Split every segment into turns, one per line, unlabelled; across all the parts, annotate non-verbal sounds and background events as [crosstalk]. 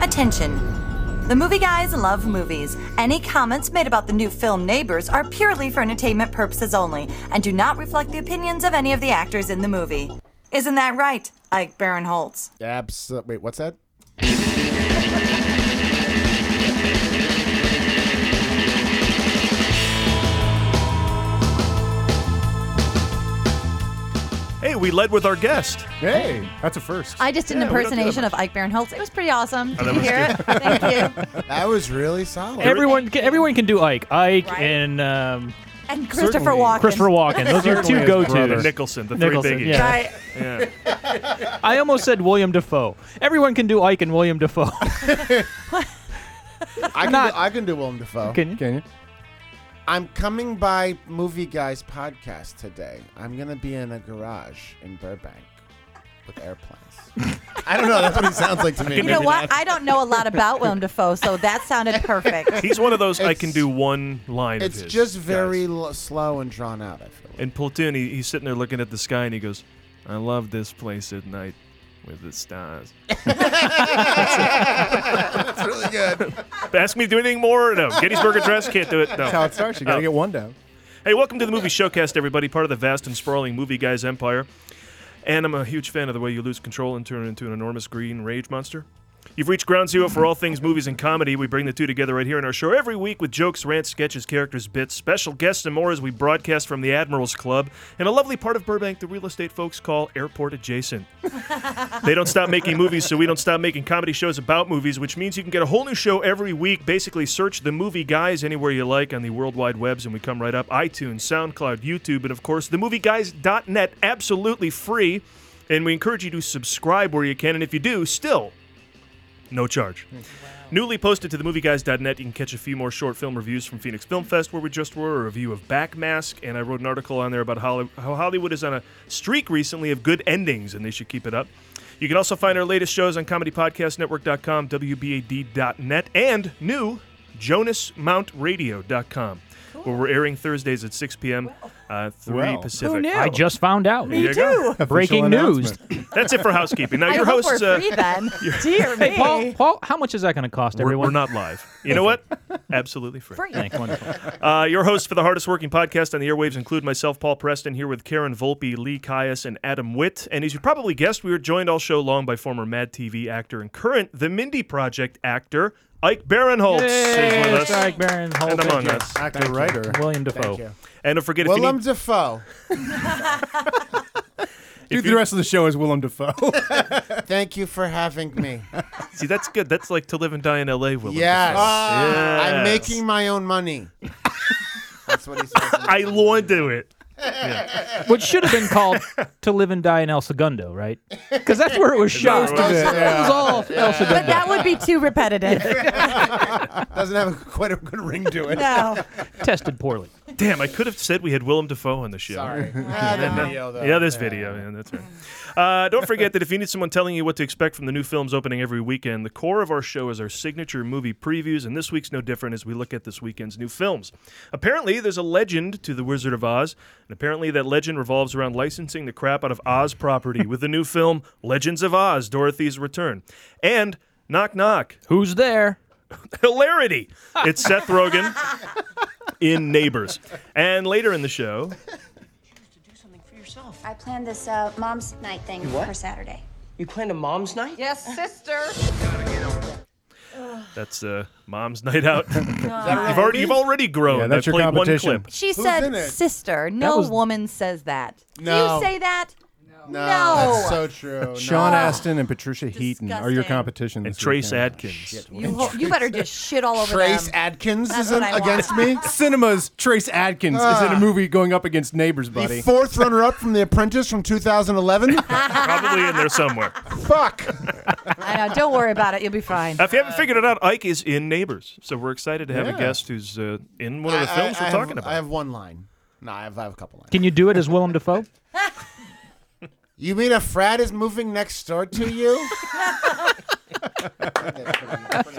Attention! The movie guys love movies. Any comments made about the new film Neighbors are purely for entertainment purposes only and do not reflect the opinions of any of the actors in the movie. Isn't that right, Ike Barinholtz?
Abs- wait, what's that?
Hey, we led with our guest.
Hey, that's a first.
I just did an
Yeah, we don't do that Oh,
impersonation of Ike Barinholtz. It was pretty awesome. Did you hear it? Thank
[laughs]
you.
that was really solid.
Everyone, can, everyone can do Ike, Ike,
Right.
and um,
And Christopher
Certainly.
Walken.
Christopher Walken. Those are your
Certainly
two
his
go-tos.
brother.
Nicholson, the
Nicholson,
three biggies.
yeah.
Right.
Yeah.
I almost said William Defoe. Everyone can do Ike and William Defoe. [laughs]
I can,
Not-
do, I can do Willem Dafoe.
Can you?
Can you? I'm coming by Movie Guys podcast today. I'm gonna be in a garage in Burbank with airplanes. I don't know. That's what it sounds like to me.
You know what? I don't know a lot about Willem Dafoe, so that sounded
[laughs]
perfect.
He's one of those I can
It's-
do one line.
It's
of his,
just very
guys.
l- slow and drawn out. I feel.
In Platoon, he, he's sitting there looking at the sky and he goes, "I love this place at night with the
[laughs]
stars."
That's really good.
Ask me to do anything more? No. Gettysburg Address can't do it. No.
it starts. You
Oh.
gotta get one down.
Hey, welcome to the Movie Showcast, everybody, part of the vast and sprawling Movie Guys empire. And I'm a huge fan of the way you lose control and turn into an enormous green rage monster. You've reached ground zero for all things movies and comedy. We bring the two together right here in our show every week with jokes, rants, sketches, characters, bits, special guests, and more as we broadcast from the Admirals Club in a lovely part of Burbank the real estate folks call airport adjacent. They don't stop making movies, so we don't stop making comedy shows about movies, which means you can get a whole new show every week. Basically, search the movie guys anywhere you like on the World Wide Webs, and we come right up iTunes, SoundCloud, YouTube, and of course, themovieguys.net, absolutely free. And we encourage you to subscribe where you can, and if you do, still no charge.
Hmm.
Newly posted to themovieguys.net, you can catch a few more short film reviews from Phoenix Film Fest, where we just were, a review of Backmask, and I wrote an article on there about Holly- how Hollywood is on a streak recently of good endings, and they should keep it up. You can also find our latest shows on comedypodcastnetwork.com, WBAD.net, and new jonasmountradio.com, where we're airing Thursdays at 6 p.m., uh, 3
Well. Who
Pacific.
I just found out.
There you go.
Breaking news.
That's it for housekeeping. Now,
I
your
hope
hosts.
we're
uh,
free
[laughs]
then. Dear me.
Hey, Paul, Paul, how much is that going to cost
we're,
everyone?
we're not live. You know what? Absolutely free.
Free.
Thanks, wonderful.
Uh, your hosts for the hardest working podcast on the airwaves include myself, Paul Preston, here with Karen Volpe, Lee Caius, and Adam Witt. And as you probably guessed, we were joined all show long by former Mad TV actor and current The Mindy Project actor, Ike Barinholtz. is
Hey,
with us.
Strike Baron, Holt,
And among us.
Actor writer.
William Defoe.
Thank you.
And don't forget, if you,
Willem
need,
Dafoe.
if
The
you-
rest of the show is Willem [laughs] Dafoe.
Thank you for having [laughs] me.
see, that's good. That's like to live and die in L.A., Willem.
yes. I'm
Yes.
making my own money. [laughs] That's what he says.
I want to do it.
Which should have been called [laughs] To Live and Die in El Segundo, [laughs] right? Because that's where it was shot.
where it was-
That was all El
But
Segundo.
that would be too
[laughs]
repetitive.
Doesn't have a, quite a good ring to [laughs] it.
No.
Tested poorly.
Damn, I could have said we had Willem Dafoe on the
[laughs]
show.
Sorry. Ah, the video, though.
Yeah, this video. Yeah, that's right. Uh, don't forget that if you need someone telling you what to expect from the new films opening every weekend, the core of our show is our signature movie previews, and this week's no different as we look at this weekend's new films. Apparently, there's a legend to The Wizard of Oz, and apparently that legend revolves around licensing the crap out of Oz property with the new film Legends of Oz: Dorothy's Return, and Knock Knock
Who's there?
hilarity. It's Seth Rogen in Neighbors. And later in the show,
I planned this uh, mom's night thing
what?
for Saturday.
You planned a mom's night?
Yes, sister.
that's uh, Mom's [laughs] Night Out. you've already you've already grown.
Yeah, that's
I
your
played one
competition.
clip.
She
in it?
said sister. No
was-
woman says that. Do
No.
you say that?
No,
No.
that's so true.
Sean
No.
Astin and Patricia Heaton are your
Disgusting.
competition.
And
this
Trace
weekend.
Adkins.
You, ho- you better just shit all over
Trace
them.
Adkins
That's
is
what
in,
I want.
against
[laughs]
me.
[laughs] Cinema's Trace Adkins is in a movie going up against Neighbors,
The
buddy.
fourth runner-up from The Apprentice
[laughs]
from 2011.
Probably in there somewhere.
Fuck.
I know. Don't worry about it. You'll be fine.
If you haven't figured it out, Ike is in Neighbors. So we're excited to have a
Yeah.
guest who's uh, in one of the
I-
films
I,
we're
I
talking
have,
about.
I have one line. No, I have, I have a couple lines.
Can you do it as Willem Dafoe?
You mean a frat is moving next
[laughs]
door to you?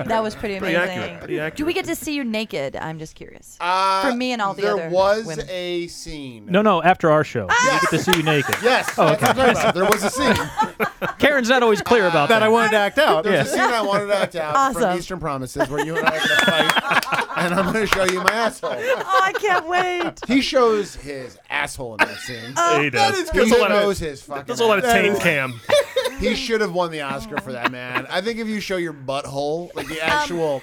That was pretty
Pretty
amazing.
accurate, pretty
Do
accurate.
we get to see you naked? I'm just curious.
Uh,
For me and all the
there
other
was
women.
a scene.
No, no, after our show. You get to see you naked.
Oh, [laughs]
Yes. that's what I'm talking about. There was a scene.
Karen's not always clear about that.
that I wanted to act out.
There's a
Yeah.
scene I wanted to act out from
Awesome.
Eastern Promises where you and I are going to fight,
[laughs]
and I'm going to show you my asshole.
Oh, I can't wait.
[laughs] He shows his asshole in that scene.
Oh.
Yeah, he does.
He
There's a lot
knows
of
his fucking.
there's a lot of
asshole.
taint cam.
He should have won the Oscar for that man. I think if you show your butthole, like the actual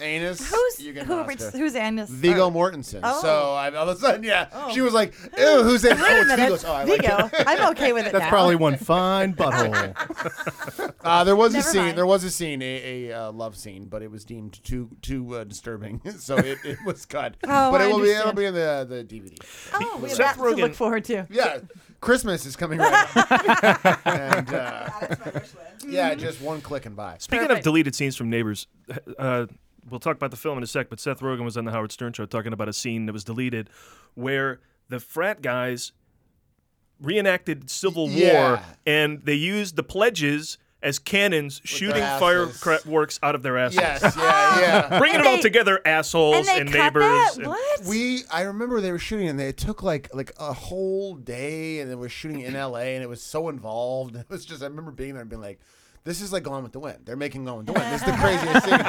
anus,
Um, Who's
you get an
who?
Oscar.
Who's Anus?
Vigo Mortensen.
Oh.
So I, all of a sudden, yeah, she was like, "Ew, who's that?"
Wait
oh,
a
it's
minute.
Vigo's. Oh, I like
Vigo. [laughs] I'm okay with it
That's
now.
probably
[laughs]
one fine butthole.
Uh, there was a
Never
scene.
mind.
There was a scene, a, a uh, love scene, but it was deemed too too uh, disturbing, [laughs] so it, it was cut.
Oh,
but
I
it will
understand.
be. It'll be in the the DVD.
Oh, we have
Seth
that to
Rogen-
look forward to.
Yeah, Christmas is coming right up.
[laughs]
and uh, yeah, just one click and buy.
Speaking of deleted scenes from Neighbors, uh, we'll talk about the film in a sec, but Seth Rogen was on the Howard Stern show talking about a scene that was deleted where the frat guys reenacted Civil War
Yeah.
and they used the pledges as cannons shooting
asses.
fireworks out of their asses.
Yes, yeah, yeah.
Bringing
And
it all
they-
together, assholes
And they
and
cut
neighbors.
that.
and-
What?
We I remember they were shooting and they took like like a whole day and they were shooting in LA and it was so involved. [laughs] It was just I remember being there and being like, This is like Gone with the Wind. They're making Gone with the Wind. This is the craziest thing.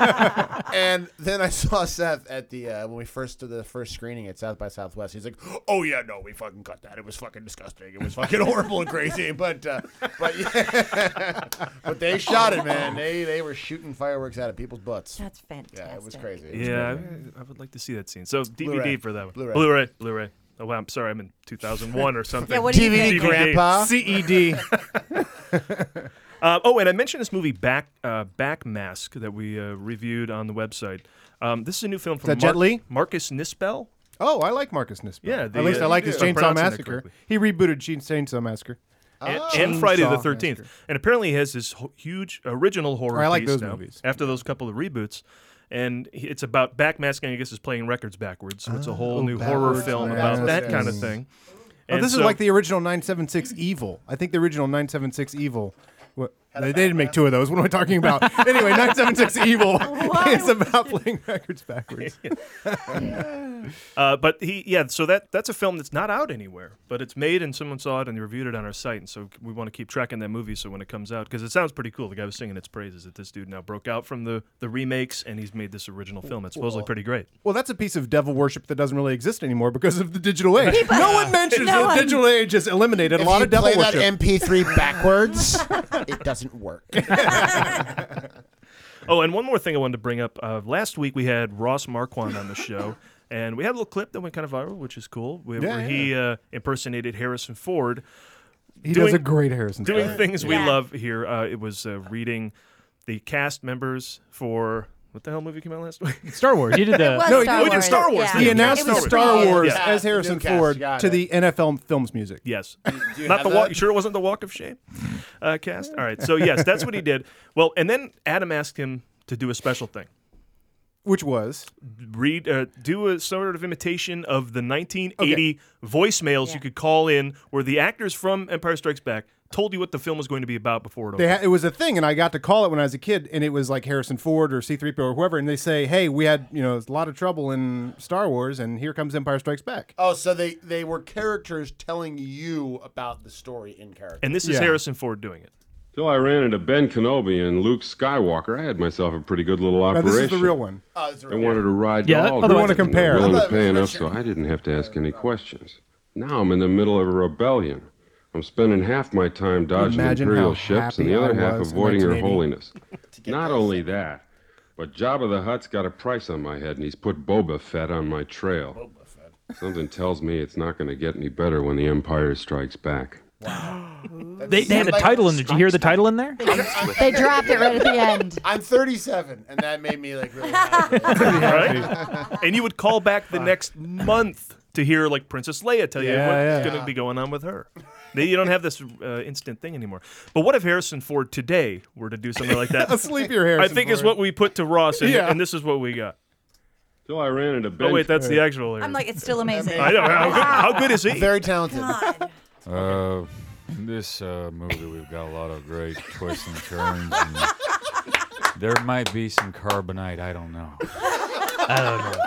[laughs]
and then I saw Seth at the uh, when we first did the first screening at South by Southwest. He's like, Oh yeah, no, we fucking cut that. It was fucking disgusting. It was fucking horrible and
[laughs]
crazy. But uh, but yeah. [laughs] but they shot it, man. They they were shooting fireworks out of people's butts.
That's fantastic.
yeah, it was crazy. It was
Yeah, I, I would like to see that scene. So DVD
Blu-ray.
for that one.
Blu-ray.
Blu-ray. Blu-ray. Oh wow, I'm sorry, I'm in 2001 or
[laughs]
something.
Yeah, what do you
DVD,
think? [laughs]
Grandpa.
[laughs] CED.
Uh, oh, and I mentioned this movie Back uh, Back Mask that we uh, reviewed on the website. Um, this is a new film from
that Jet Li?
Marcus Nispel.
Oh, I like Marcus Nispel.
Yeah, the,
at least
uh,
I like his
if I'm
Chainsaw
pronouncing that
Massacre.
correctly.
He rebooted Chain- Chainsaw Massacre. Oh.
and, and Friday the
Chainsaw
13th. And apparently he has this ho- huge original horror
Oh, I like
piece
those
now,
movies.
after those couple of reboots. And he- it's about backmasking, I guess, is playing records backwards. So it's a whole new horror
Ah. Oh, backwards
film about
masking.
that kind of
Yes.
thing.
Oh,
And
this
so-
is like the original 976 Evil. I think the original 976 Evil. What, they, they didn't make two of those. What am I talking about? anyway, 976 Evil is about playing records backwards.
Uh, but he, yeah. So that that's a film that's not out anywhere, but it's made and someone saw it and they reviewed it on our site, and so we want to keep tracking that movie. So when it comes out, because it sounds pretty cool. The guy was singing its praises that this dude now broke out from the the remakes and he's made this original film. It's supposedly pretty great.
Well, that's a piece of devil worship that doesn't really exist anymore because of the digital age. no one mentions
No
the
one-
digital age has eliminated
If
a lot
you
of devil
play
worship.
that MP3 backwards, it doesn't work.
Oh, and one more thing I wanted to bring up. Uh, last week we had Ross Marquand on the show, [laughs] and we had a little clip that went kind of viral, which is cool, where,
Yeah,
where he uh, impersonated Harrison Ford.
he
doing-
does a great Harrison.
doing
Ford.
things we love here. Uh, it was uh, reading the cast members for what the hell movie came out last week?
Star Wars. You did the.
was
No, he-
Star
we
did
Wars.
Star Wars.
Yeah.
He
Yeah.
announced
It
the
was
Star
pre-
Wars
Yeah.
as Harrison
Newcast,
Ford
got
to
it.
the NFL films music.
yes.
do you
Not
have
the walk.
that?
You sure it wasn't the Walk of Shame uh, cast? All right. So yes, that's what he did. Well, and then Adam asked him to do a special thing.
Which was
Read, uh, do a sort of imitation of the 1980 voicemails you could call in, where the actors from Empire Strikes Back told you what the film was going to be about before it.
they
opened.
ha- it was a thing, and I got to call it when I was a kid, and it was like Harrison Ford or C three PO or whoever, and they say, "Hey, we had you know a lot of trouble in Star Wars, and here comes Empire Strikes Back."
Oh, so they they were characters telling you about the story in character.
and this is
Yeah.
Harrison Ford doing it.
Till I ran into Ben Kenobi and Luke Skywalker, I had myself a pretty good little
Now,
operation.
this is the real one.
Oh, that's right.
I wanted to ride
Yeah,
to all
otherwise-
of
We wanna
them. They
compare.
were
I
willing to
thought it was
pay enough so
fiction.
I didn't have to ask any questions. Now I'm in the middle of a rebellion. I'm spending half my time dodging
Imagine how
Imperial ships and the
happy
other
I
half
was in
avoiding her
1980.
holiness. Not only that, but Jabba the Hutt's got a price on my head and he's put Boba Fett on my trail. Boba Fett. Something tells me it's not going to get any better when the Empire strikes back.
They, they had a title in. Did you hear the title in there?
They dropped it right at the end.
I'm 37, and that made me like really. [laughs] happy.
right? and you would call back the next month to hear like Princess Leia tell you
Yeah,
what's
yeah.
going to be going on with her. They- You don't have this uh, instant thing anymore. But what if Harrison Ford today were to do something like
[laughs] A
that?
sleepier Harrison.
I think is
Ford.
what we put to Ross, and,
Yeah.
and this is what we got.
Till I ran into Ben
Oh wait, that's the actual. Harrison.
I'm like,
[laughs]
it's still amazing.
I know how good, how good is he?
Very talented.
Uh, this uh, movie, we've got a lot of great twists and turns. And there might be some carbonite. I don't know. I don't know.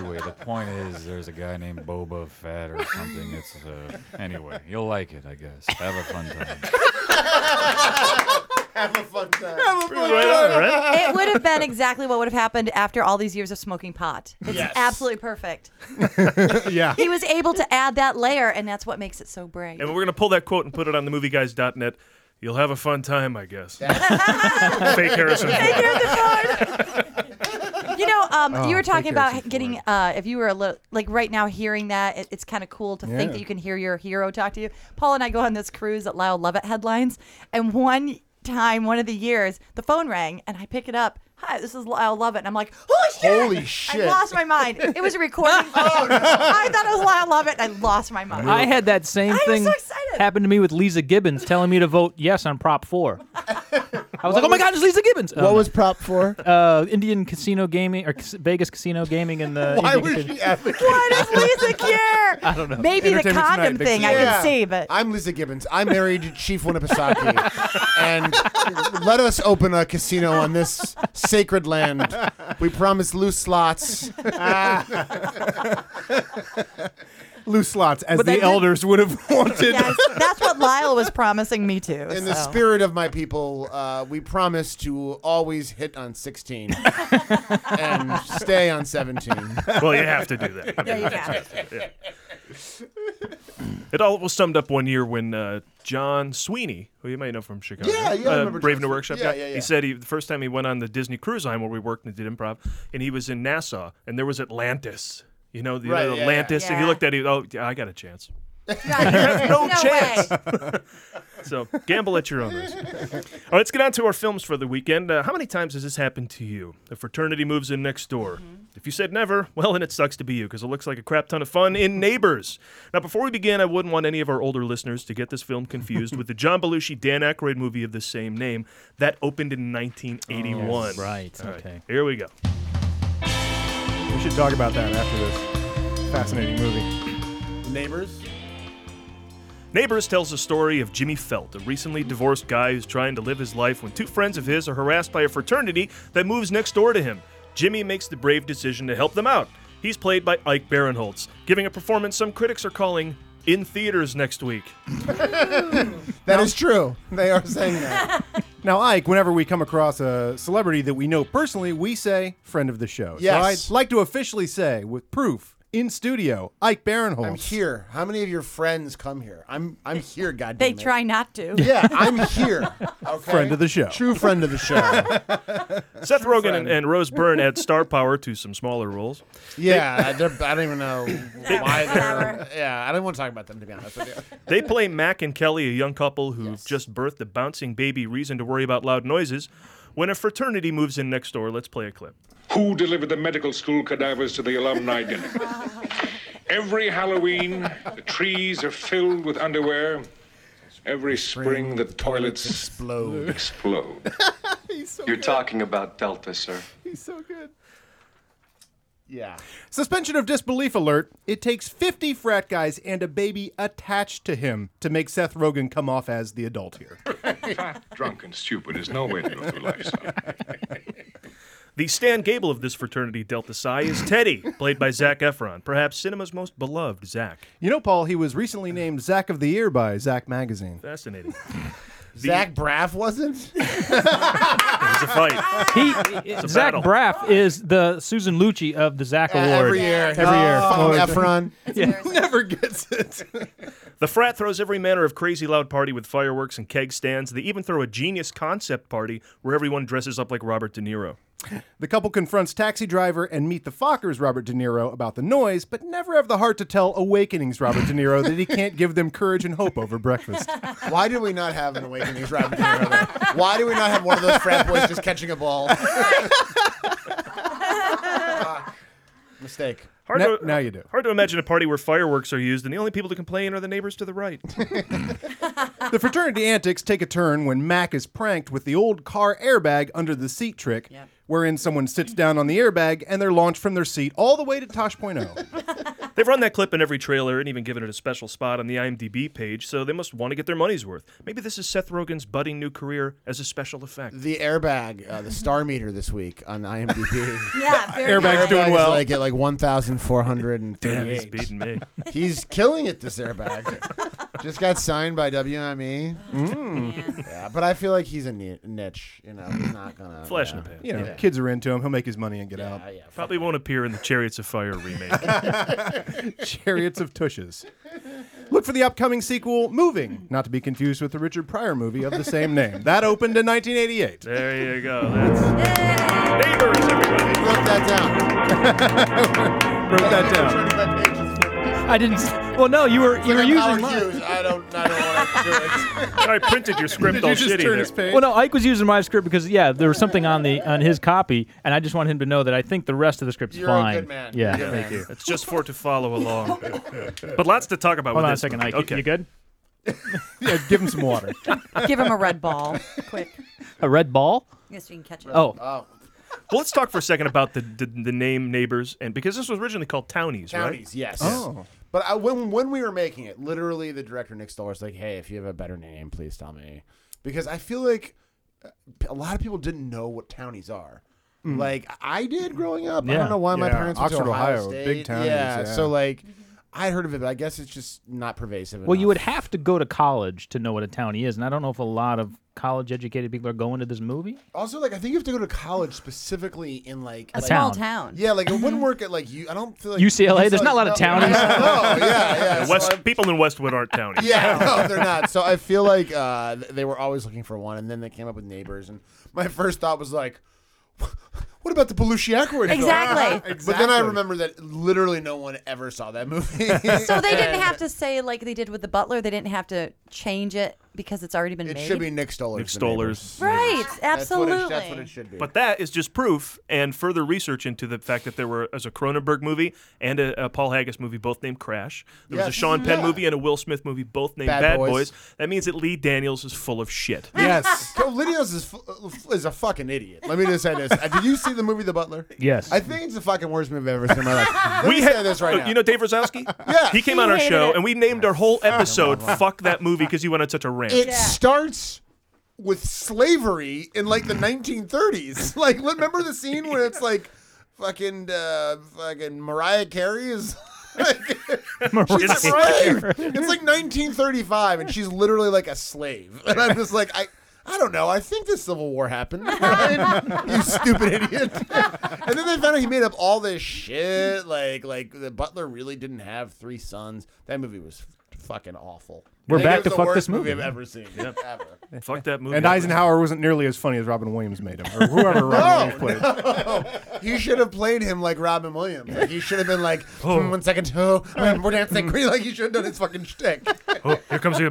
Anyway, the point is, there's a guy named Boba Fett or something. It's uh, anyway, you'll like it, I guess. Have a fun time.
Have a fun time.
Right on, right?
It would have been exactly what would have happened after all these years of smoking pot. It's
Yes.
absolutely perfect.
yeah.
He was able to add that layer, and that's what makes it so brave.
And we're going to pull that quote and put it on the movieguys.net. You'll have a fun time,
[laughs]
I guess. Fake Harrison. Ford.
[laughs] You know, um, you were
take
talking
care,
about
Sister
getting,
Lawrence.
uh, if you were a little, like right now hearing that, it, it's kind of cool to think
Yeah.
that you can hear your hero talk to you. Paul and I go on this cruise at Lyle Lovett headlines, and one time, one of the years, the phone rang, and I pick it up. Hi, this is Lyle Lovett. And I'm like, holy shit!
Holy shit.
I lost my mind. It was a recording. I thought it was Lyle Lovett, and I lost my mind.
I had that same
I was
thing
so excited.
happen to me with Lisa Gibbons telling me to vote yes on Prop 4. I was like, oh my God, it's Lisa Gibbons.
What was prop four?
uh, Indian casino gaming or cas- Vegas casino gaming in the.
Why
Indian
was
casino-
she advocating?
What is Lisa Kier? I don't know. Maybe the
Entertainment
condom
Tonight, big
thing I
Yeah.
can see, but
I'm Lisa Gibbons. I married Chief Winipisaki, and let us open a casino on this sacred land. We promise loose slots.
[laughs] Loose slots, as
But they
the
did-
elders would have
[laughs]
[laughs]
[laughs]
wanted.
yes, that's what Lyle was promising me too.
In the
so.
spirit of my people, uh, we promise to always hit on
[laughs]
16 and stay on 17.
Well, you have to do that. I mean,
Yeah, you can.
It all was summed up one year when uh, John Sweeney, who you may know from Chicago,
Yeah, yeah, I
uh,
remember
Brave
John
New
Sweeney.
Workshop,
Yeah, yeah, yeah.
He said he the first time he went on the Disney Cruise Line where we worked and did improv, and he was in Nassau, and there was Atlantis. You know, the
Right,
you know,
yeah, yeah.
Atlantis, and he
Yeah.
looked at it. Oh, yeah, I got a chance. [laughs]
no,
chance.
Way.
So gamble at your own risk. All right, let's get on to our films for the weekend. Uh, how many times has this happened to you? The fraternity moves in next door. If you said never, well, then it sucks to be you because it looks like a crap ton of fun in Neighbors. Now, before we begin, I wouldn't want any of our older listeners to get this film confused with the John Belushi Dan Aykroyd movie of the same name that opened in 1981.
Oh, Right,
All right,
okay.
Here we go.
We should talk about that after this. Fascinating movie.
Neighbors?
Neighbors tells the story of Jimmy Felt, a recently divorced guy who's trying to live his life when two friends of his are harassed by a fraternity that moves next door to him. Jimmy makes the brave decision to help them out. He's played by Ike Barinholtz, giving a performance some critics are calling in theaters next week.
That is true. They are saying
[laughs]
that.
Now, Ike, whenever we come across a celebrity that we know personally, we say friend of the show.
Yes.
So I'd like to officially say, with proof, in studio, Ike Barinholtz.
I'm here. How many of your friends come here? I'm I'm here, goddamn
They
it.
try not to.
Yeah,
[laughs]
I'm here. Okay?
Friend of the show.
[laughs] True friend of the show.
Seth Rogen and, and Rose Byrne add star power to some smaller roles.
Yeah, they're, I don't even know why they're. Yeah, I don't want to talk about them to be honest with you.
They play Mac and Kelly, a young couple who just birthed a bouncing baby reason to worry about loud noises. When a fraternity moves in next door, let's play a clip.
Who delivered the medical school cadavers to the alumni dinner? Every Halloween, the trees are filled with underwear. Every spring, the toilets
Explode.
explode.
You're talking about Delta, sir.
He's so good.
Yeah.
Suspension of disbelief alert. It takes 50 frat guys and a baby attached to him to make Seth Rogen come off as the adult here.
Fat, drunk, and stupid is no way to go through life, son.
The Stan Gable of this fraternity, Delta Psi, is Teddy, played by Zach Efron, perhaps cinema's most beloved Zach.
You know, Paul, he was recently named Zach of the Year by Zach Magazine.
Fascinating.
Zach Braff wasn't.
It's a fight.
He, Zach
battle.
Braff is the Susan Lucci of the Zach Award.
Uh, every year.
[laughs] Every year.
Oh,
Oh,
Fucking Efron.
Never
[laughs]
gets it.
The frat throws every manner of crazy loud party with fireworks and keg stands. They even throw a genius concept party where everyone dresses up like Robert De Niro.
The couple confronts taxi driver and meet the Fockers Robert De Niro about the noise, but never have the heart to tell Awakenings Robert De Niro that he can't give them courage and hope over breakfast.
Why do we not have an Awakenings Robert De Niro? there? Why do we not have one of those frat boys just catching a ball? Fuck. [laughs] Mistake.
Hard
Now- now you do.
Hard to imagine a party where fireworks are used and the only people to complain are the neighbors to the
[laughs]
right.
The fraternity antics take a turn when Mac is pranked with the old car airbag under the seat trick, wherein someone sits down on the airbag and they're launched from their seat all the way to Oh. Tosh.0.
They've run that clip in every trailer and even given it a special spot on the IMDb page, so they must want to get their money's worth. Maybe this is Seth Rogen's budding new career as a special effect.
The airbag, uh, the star meter this week on IMDb.
Yeah, very
Airbag's
nice.
doing
Airbag is
well.
Like at like one thousand four hundred and
Damn, he's
thirty-eight.
beating me.
He's killing it. This airbag. Just got signed by WME. Mm. Yeah, but I feel like he's a ni- niche. You know, he's not gonna
Flash in
yeah.
the pan.
You know,
Yeah.
kids are into him. He'll make his money and get out.
Yeah, yeah.
Probably won't appear in the Chariots of Fire remake.
[laughs] Chariots of Tushes. Look for the upcoming sequel, Moving, not to be confused with the Richard Pryor movie of the same name. That opened in 1988.
there you go. That's neighbors, everybody.
Wrote that down.
Wrote that down.
That page is-
I didn't. s- Well, no, you were you
Look
were
at
using.
Howard
My,
Hughes. I don't. I don't want to do it.
I printed your script
Did
all
you just
shitty.
turn
there.
his page?
well, no, Ike was using my script because yeah, there was something on the on his copy, and I just want him to know that I think the rest of the script's
You're
fine.
a good man.
Yeah.
You're a good man.
It's just for to follow along. but lots to talk about.
Hold
with
on a
this
second,
movie.
Ike.
Okay.
You good?
Yeah, give him some water.
Give him a
[laughs]
red ball, quick.
A red ball?
Yes, you can catch it.
Oh,
Oh,
Well, let's talk for a second about the, the the name neighbors, and because this was originally called Townies, right?
counties. Yes.
Oh.
But I, when when we were making it, literally the director Nick Stoller was like, "Hey, if you have a better name, please tell me," because I feel like uh, a lot of people didn't know what townies are. Like I did growing up. I
Mm. Yeah.
don't know why my
Yeah.
parents went to
Oxford,
Ohio,
Ohio,
State.
big townies,
Yeah,
yeah.
So like, I heard of it, but I guess it's just not pervasive.
Well, you would
enough.
have to go to college to know what a townie is, and I don't know if a lot of college-educated people are going to this movie.
also like I think you have to go to college specifically in like,
a
A
like-
small
town.
town.
yeah, like it wouldn't work at like you. I don't feel like
UCLA? There's not a lot of
no,
townies.
[laughs] No, yeah, yeah. So
West
I-
people in Westwood aren't
[laughs]
Townies.
Yeah, no, they're not. So I feel like uh, th- they were always looking for one, and then they came up with neighbors. And my [laughs] first thought was like, "What about the Belushi
[laughs]
Accord?"
Exactly.
[laughs] But then I remember that literally no one ever saw that movie. [laughs]
So they didn't have to say like they did with the butler. They didn't have to change it because it's already been
it
made.
should be Nick Stoller's.
Nick
The
Stoller's.
Neighbors.
right.
That's what,
Absolutely.
it, that's what it should be.
But that is just proof and further research into the fact that there were as a Cronenberg movie and a, a Paul Haggis movie, both named Crash. There was
Yes.
a Sean Penn
Yeah.
movie and a Will Smith movie, both named
Bad
Bad,
Boys.
Boys. That means that Lee Daniels is full of shit.
Yes.
[laughs] Yo, Lydia's is, f- is a fucking idiot. Let me just
[laughs]
say this. Uh, Did you see the movie The Butler?
Yes.
I think it's the fucking worst movie I've ever seen in my
[laughs]
life. Let me
had-
say this right
uh,
now.
[laughs] You know
[laughs]
Dave Rosowski?
Yeah.
He came on our show and we named our whole episode "Fuck That Movie" because he went on such a rant.
it starts with slavery in like the 1930s. [laughs] Like, remember the scene when it's like fucking uh, fucking Mariah Carey is. [laughs] like, she's a [laughs] slave. It's like 1935, and she's literally like a slave. [laughs] And I'm just like, I, I don't know. I think the Civil War happened. [laughs] right? you stupid idiot. [laughs] and then they found out he made up all this shit. Like, like the Butler really didn't have three sons. That movie was fucking awful.
We're
I think it
back
was
to
the
fuck
worst
this
movie.
movie.
I've ever seen. Ever.
Fuck that movie. Oh,
And Eisenhower wasn't nearly as funny as Robin Williams made him, or whoever Robin Williams played.
He should have played him like Robin Williams. Like, he should have been like, "Hmm, one second, oh, um, we're dancing green. [laughs] Like he should have done his fucking shtick.
Oh, here comes the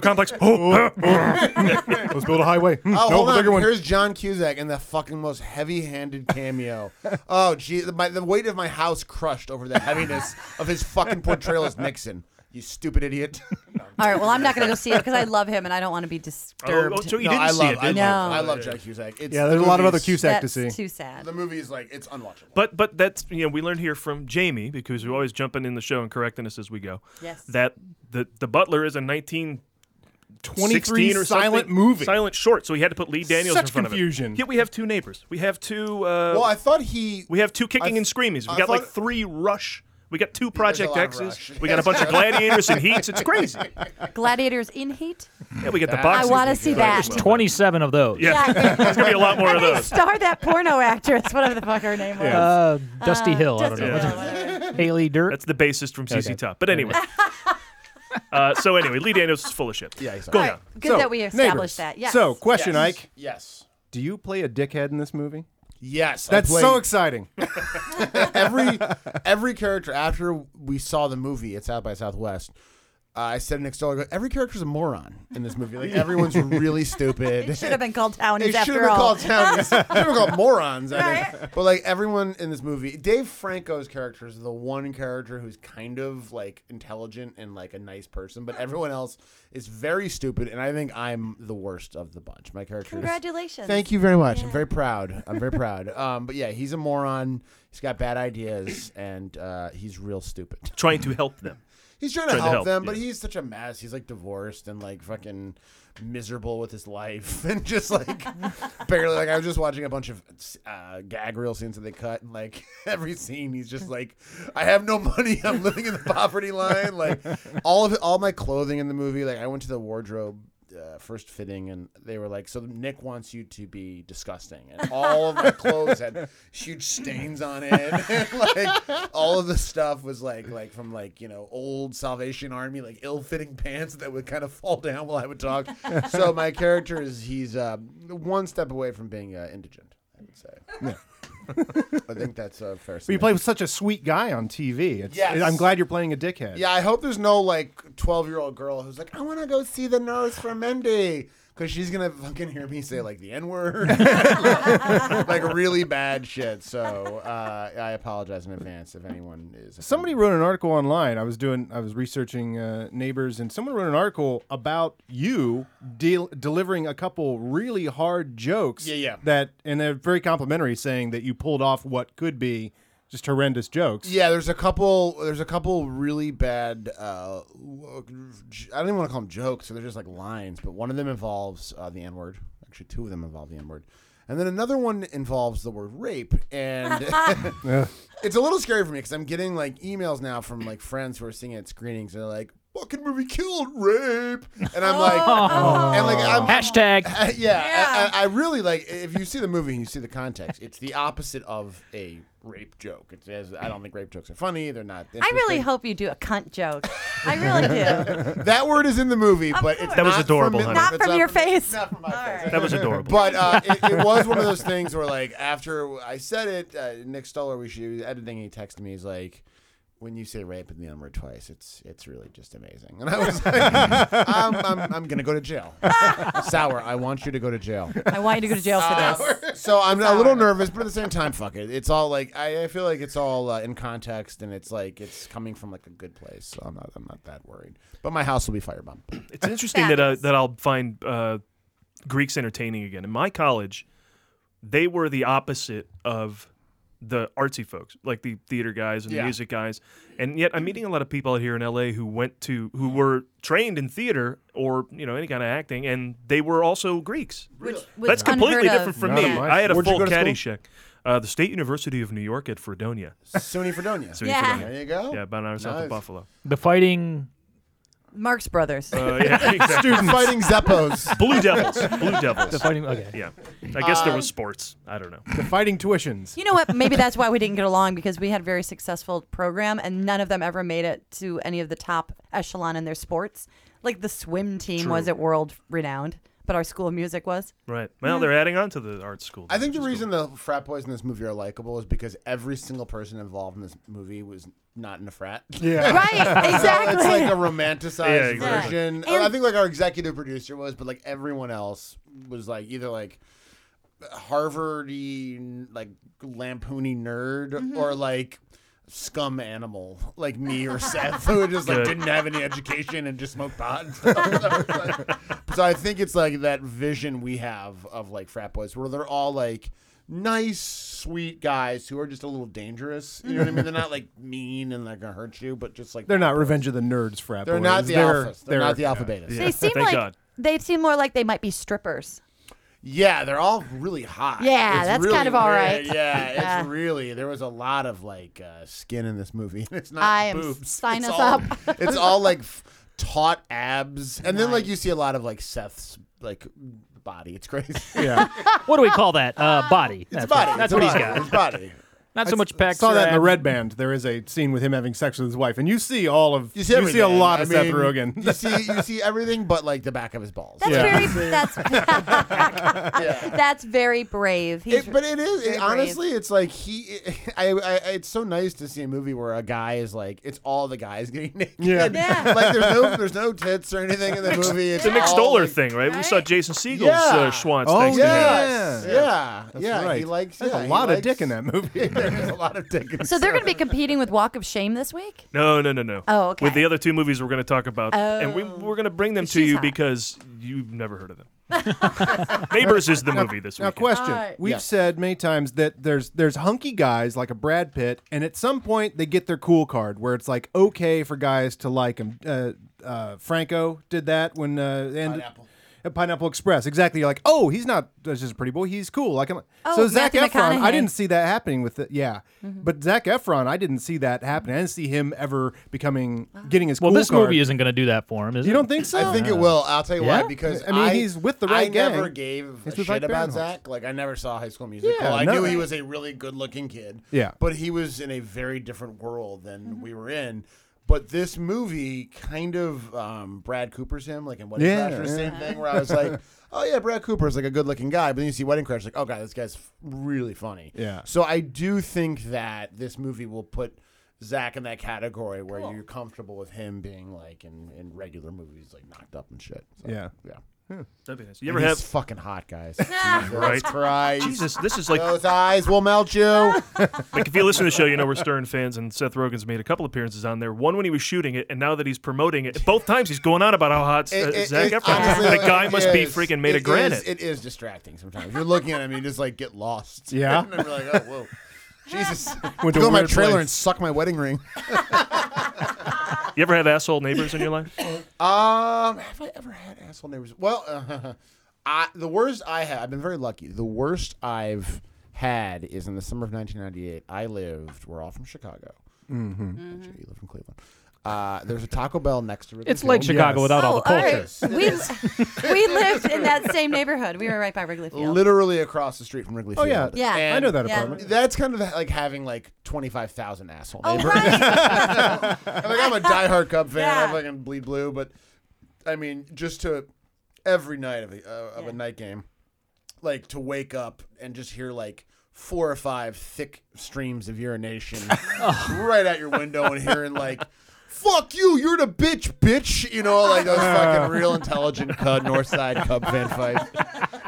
[laughs]
complex. Oh, huh.
Let's build a highway.
Oh,
Hmm, no,
hold
the
on.
bigger one.
Here's John Cusack in the fucking most heavy-handed cameo. oh, gee, the, my, the weight of my house crushed over the heaviness of his fucking portrayal as Nixon. You stupid idiot. [laughs]
All right. Well, I'm not going to go see it because I love him and I don't want to be disturbed.
Oh, so you
no,
didn't
I
see
love,
it,
I
did
love,
you?
No.
I love John Cusack. It's
Yeah,
the
there's a lot of other
movie's-
Cusack to
That's
see.
too sad.
The movie's like it's unwatchable.
But but that's you know we learned here from Jamie because we're always jumping in the show and correcting us as we go.
Yes.
That the the Butler is a nineteen.
23
or
silent
something-
movie.
silent short. So he had to put Lee Daniels
Such
in front
confusion.
of it. Yeah, we have two neighbors. We have two. Uh,
well, I thought he.
we have two kicking
I-
and screamies. We
I
got like
thought-
three Rush. We got two
There's a
Project
lot of
X's.
Rush.
We got
[laughs]
a bunch of gladiators and heats. It's crazy.
Gladiators in heat.
Yeah, we got the
I
boxing.
want to see that.
Well,
Twenty-seven of those.
Yeah, [laughs] there's gonna be a lot more of
And they
those.
starred that porno actress, whatever the fuck her name was.
Uh, Dusty Hill. I
Dusty
don't know.
Hill, whatever.
[laughs] Haley Dirt.
That's the bassist from CC
Okay.
Top. But anyway. uh, so anyway, Lee Daniels is full of shit.
Yeah, he's
Go
All
now.
right, Good that we
neighbors.
established that. Yes.
So, question,
yes.
Ike:
Yes.
Do you play a dickhead in this movie?
Yes. I
That's
played-
so exciting. [laughs]
[laughs]
every every character after we saw the movie at South by Southwest, uh, I said to Nick Stoller, I go, every character's a moron in this movie. Like
[laughs]
everyone's really stupid. [laughs]
Should have been called townies
It should have
after
been
all.
called townies. should have been called morons. I think. But like everyone in this movie, Dave Franco's character is the one character who's kind of like intelligent and like a nice person, but everyone else is very stupid. And I think I'm the worst of the bunch. My character. is-
Congratulations.
Thank you very much. I'm very proud. I'm very proud. Um, but yeah, he's a moron. He's got bad ideas, and uh, he's real stupid.
Trying to help them.
he's trying to help, them, but he's such a mess. He's like divorced and like fucking miserable with his life, [laughs] and just like barely. Like I was just watching a bunch of uh, gag reel scenes that they cut, and like [laughs] every scene, he's just like, "I have no money. I'm living in the poverty line." Like all of all my clothing in the movie. Like I went to the wardrobe. Uh, first fitting, and they were like, "So Nick wants you to be disgusting," and all of my clothes had huge stains on it. [laughs] like all of the stuff was like like from like you know old Salvation Army like ill fitting pants that would kind of fall down while I would talk. so my character is he's uh, one step away from being uh, indigent. I would say. [laughs] I think that's a fair.
But you play with such a sweet guy on TV. It's,
Yes.
I'm glad you're playing a dickhead.
Yeah, I hope there's no like 12 year old girl who's like, I want to go see the nurse from Mindy. Because she's going to fucking hear me say like the N word. [laughs] like really bad shit. So uh, I apologize in advance if anyone is.
Somebody wrote an article online. I was doing, I was researching uh, neighbors, and someone wrote an article about you deal delivering a couple really hard jokes.
Yeah, yeah.
That and they're very complimentary, saying that you pulled off what could be just horrendous jokes.
Yeah, there's a couple. There's a couple really bad. Uh, w- j- I don't even want to call them jokes. So they're just like lines. But one of them involves uh, the N word. Actually, two of them involve the N word, and then another one involves the word rape. And it's a little scary for me because I'm getting like emails now from like friends who are seeing it at screenings. And they're like, "Fucking movie killed rape," and I'm like, and [laughs] like I'm
Hashtag.
[laughs] yeah, I, I, I really like if you see the movie and you see the context, it's the opposite of a rape joke. It's, it's- I don't think rape jokes are funny. They're not.
I really hope you do a cunt joke. I really do.
[laughs] that word is in the movie, but it's
That was
not
adorable,
From,
honey.
Not
it's
from your
me.
face.
Not from my face.
That was adorable.
But uh, it, it was one of those things where, like, after I said it, uh, Nick Stoller, we should he was editing. He texted me. He's like, "When you say rape in the N word twice, it's it's really just amazing." [laughs] And I was like, "I'm I'm, I'm gonna go to jail." Sour, I want you to go to jail.
I want you to go to jail [laughs] for this.
Uh, So I'm a little nervous, but at the same time, fuck it. It's all like I, I feel like it's all uh, in context, and it's like it's coming from like a good place. So I'm not I'm not that worried. But my house will be firebombed.
It's interesting that uh, that I'll find uh, Greeks entertaining again. In my college, they were the opposite of the artsy folks, like the theater guys and
Yeah.
the music guys. And yet, I'm meeting a lot of people out here in LA who went to
Mm-hmm.
who were trained in theater or you know any kind of acting, and they were also Greeks.
Which was
Uh, That's completely
unheard of.
different from
Not
me.
at my
I had a
Where'd you
full
go to school?
caddy check. Uh, the State University of New York at Fredonia.
SUNY Fredonia.
SUNY
Yeah.
Fredonia.
There you go.
Yeah, about an hour south
Nice.
of Buffalo.
The fighting.
Marx Brothers.
Uh, [laughs] yeah, exactly.
Student fighting Zeppos.
[laughs] Blue Devils. Blue Devils.
The fighting. Okay.
Yeah. I guess there was
Um,
sports. I don't know.
The fighting tuitions.
You know what? Maybe that's why we didn't get along because we had a very successful program and none of them ever made it to any of the top echelon in their sports. Like the swim team wasn't world renowned, but our school of music
[laughs]
was.
Right. Well, they're adding on to the art school.
I think
which
the
is
reason the frat boys in this movie are likable is because every single person involved in this movie was not in a frat.
Yeah.
Right, exactly.
it's like a romanticized
Yeah, exactly.
version.
And-
I think like our executive producer was, but like everyone else was like either like Harvardy, like lampoony nerd,
Mm-hmm.
or like scum animal like me or Seth who just like
Good.
didn't have any education and just smoked pot. and stuff. [laughs] so I think it's like that vision we have of like frat boys where they're all like nice, sweet guys who are just a little dangerous. You know what I mean? They're not like mean and like gonna hurt you, but just like
They're not Revenge of the Nerds frat.
they're
boys.
not the
They're-
alphas. They're, not the alpha betas.
Yeah.
They seem
Thank
like
God.
they seem more like they might be strippers.
Yeah, they're all really hot.
Yeah, that's kind of all
weird.
right.
Yeah, it's
Yeah.
really there was a lot of like uh, skin in this movie. [laughs] It's not
I am-
boobs.
sign
it's
us
all,
up.
[laughs] it's all like f- taut abs, and then like you see a lot of like Seth's like body. It's crazy.
[laughs]
[laughs]
Yeah.
What do we call that? Uh, body.
It's
that's
body.
What, that's
it's
what he's
body,
got.
It's body.
Not so much
I
pecs.
saw
or
that in the
abs.
Red Band. There is a scene with him having sex with his wife, and you see all of
You see, everything.
a lot of
I
Seth
mean,
[laughs] Rogen.
You see, you see everything, but like the back of his balls.
That's
Yeah.
very that's [laughs] that's very brave. He's,
It, but it is
very
it- honestly, it's like he. [laughs] I, I, it's so nice to see a movie where a guy is like, it's all the guys [laughs] getting naked.
Yeah.
Yeah.
like there's no, there's no tits or anything
[laughs]
in the movie. It's
the Nick
all,
Stoller
like-
thing, right? We saw
Right?
Jason Siegel's
Yeah.
uh, Schwanz.
Oh,
thanks To him.
Yes.
Yeah.
Yeah.
That's
yeah.
right.
He likes.
There's
yeah,
a
he
lot of
likes-
dick in that movie.
there's [laughs] a lot of dick. In
so they're going to be competing with Walk of Shame this week.
No, no, no, no.
Oh, okay.
Oh.
With the other two movies we're going to talk about, and we, we're going to bring them to
She's
you
hot.
because you've never heard of them.
[laughs]
Neighbors is the
Now-
movie this
Now,
week.
question:
Right.
We've
Yes.
said many times that there's there's hunky guys like a Brad Pitt, and at some point they get their cool card, where it's like okay for guys to like him. Uh, uh, Franco did that when uh, and Pineapple. Pineapple Express, exactly. You're like, oh, he's not that's just a pretty boy. He's cool. Like, I'm,
Oh,
so Zach
Matthew
Efron, I
McConaughey.
didn't see that happening with it. Yeah, but Zach Efron, I didn't see that happening. I didn't see him ever becoming getting his
Well,
cool
this
card.
movie isn't going to do that for him, is
You
it?
don't think so?
I think it will. I'll tell you
Yeah?
why. Because
I mean, he's with the
I
right
never
gang.
gave
He's
a
with Mike
shit about
Barinholtz.
Zach. Like I never saw High School Musical.
Yeah,
I
no.
knew he was a really good-looking kid.
Yeah.
but he was in a very different world than we were in. But this movie kind of um, Brad Cooper's him, like in Wedding
Yeah,
Crashers,
yeah.
same thing. Where I was like, [laughs] oh yeah, Brad Cooper's like a good-looking guy, but then you see Wedding Crashers, like, oh god, this guy's f- really funny.
Yeah.
So I do think that this movie will put. Zach in that category where you're comfortable with him being like in, in regular movies like knocked up and shit. So,
Yeah.
yeah.
That'd be nice.
You ever have fucking hot guys? Jesus
Right.
Christ.
Jesus, this is like-
those eyes will melt you.
like if you listen to the show, you know we're Stern fans, and Seth Rogen's made a couple appearances on there. One when he was shooting it, and now that he's promoting it, both times he's going on about how hot
It-
uh,
it-
Zach
it's-
Efron is.
honestly,
The guy
it
must be
is-
freaking made
it
of granite.
is- it is distracting sometimes. You're looking at him, you just like get lost.
Yeah.
[laughs] and you're like, oh whoa, Jesus.
Went to
go
a
to my
weird
trailer
place.
and suck my wedding ring.
you ever have asshole neighbors in your life?
Um, have I ever had asshole neighbors? Well, [laughs] I the worst I have. I've been very lucky. The worst I've had is in the summer of 1998. I lived. We're all from Chicago.
Mhm.
Mm-hmm.
Actually, You live from Cleveland. Uh, there's a Taco Bell next to Wrigley
It's like
Field.
Chicago without all the
Oh, all right.
culture.
We, we lived in that same neighborhood. We were right by Wrigley Field.
Literally across the street from Wrigley
Oh,
Field.
yeah. Yeah. I know that Yeah. apartment.
That's kind of like having like 25,000 asshole
Oh,
neighbors. I'm like, I'm a diehard Cub fan. I fucking bleed blue. But, I mean, just to every night of a, uh, of a night game, like to wake up and just hear like four or five thick streams of urination right out your window and hearing like, fuck you, you're the bitch, bitch. You know, like those fucking real intelligent Cub Northside Cub fan fights.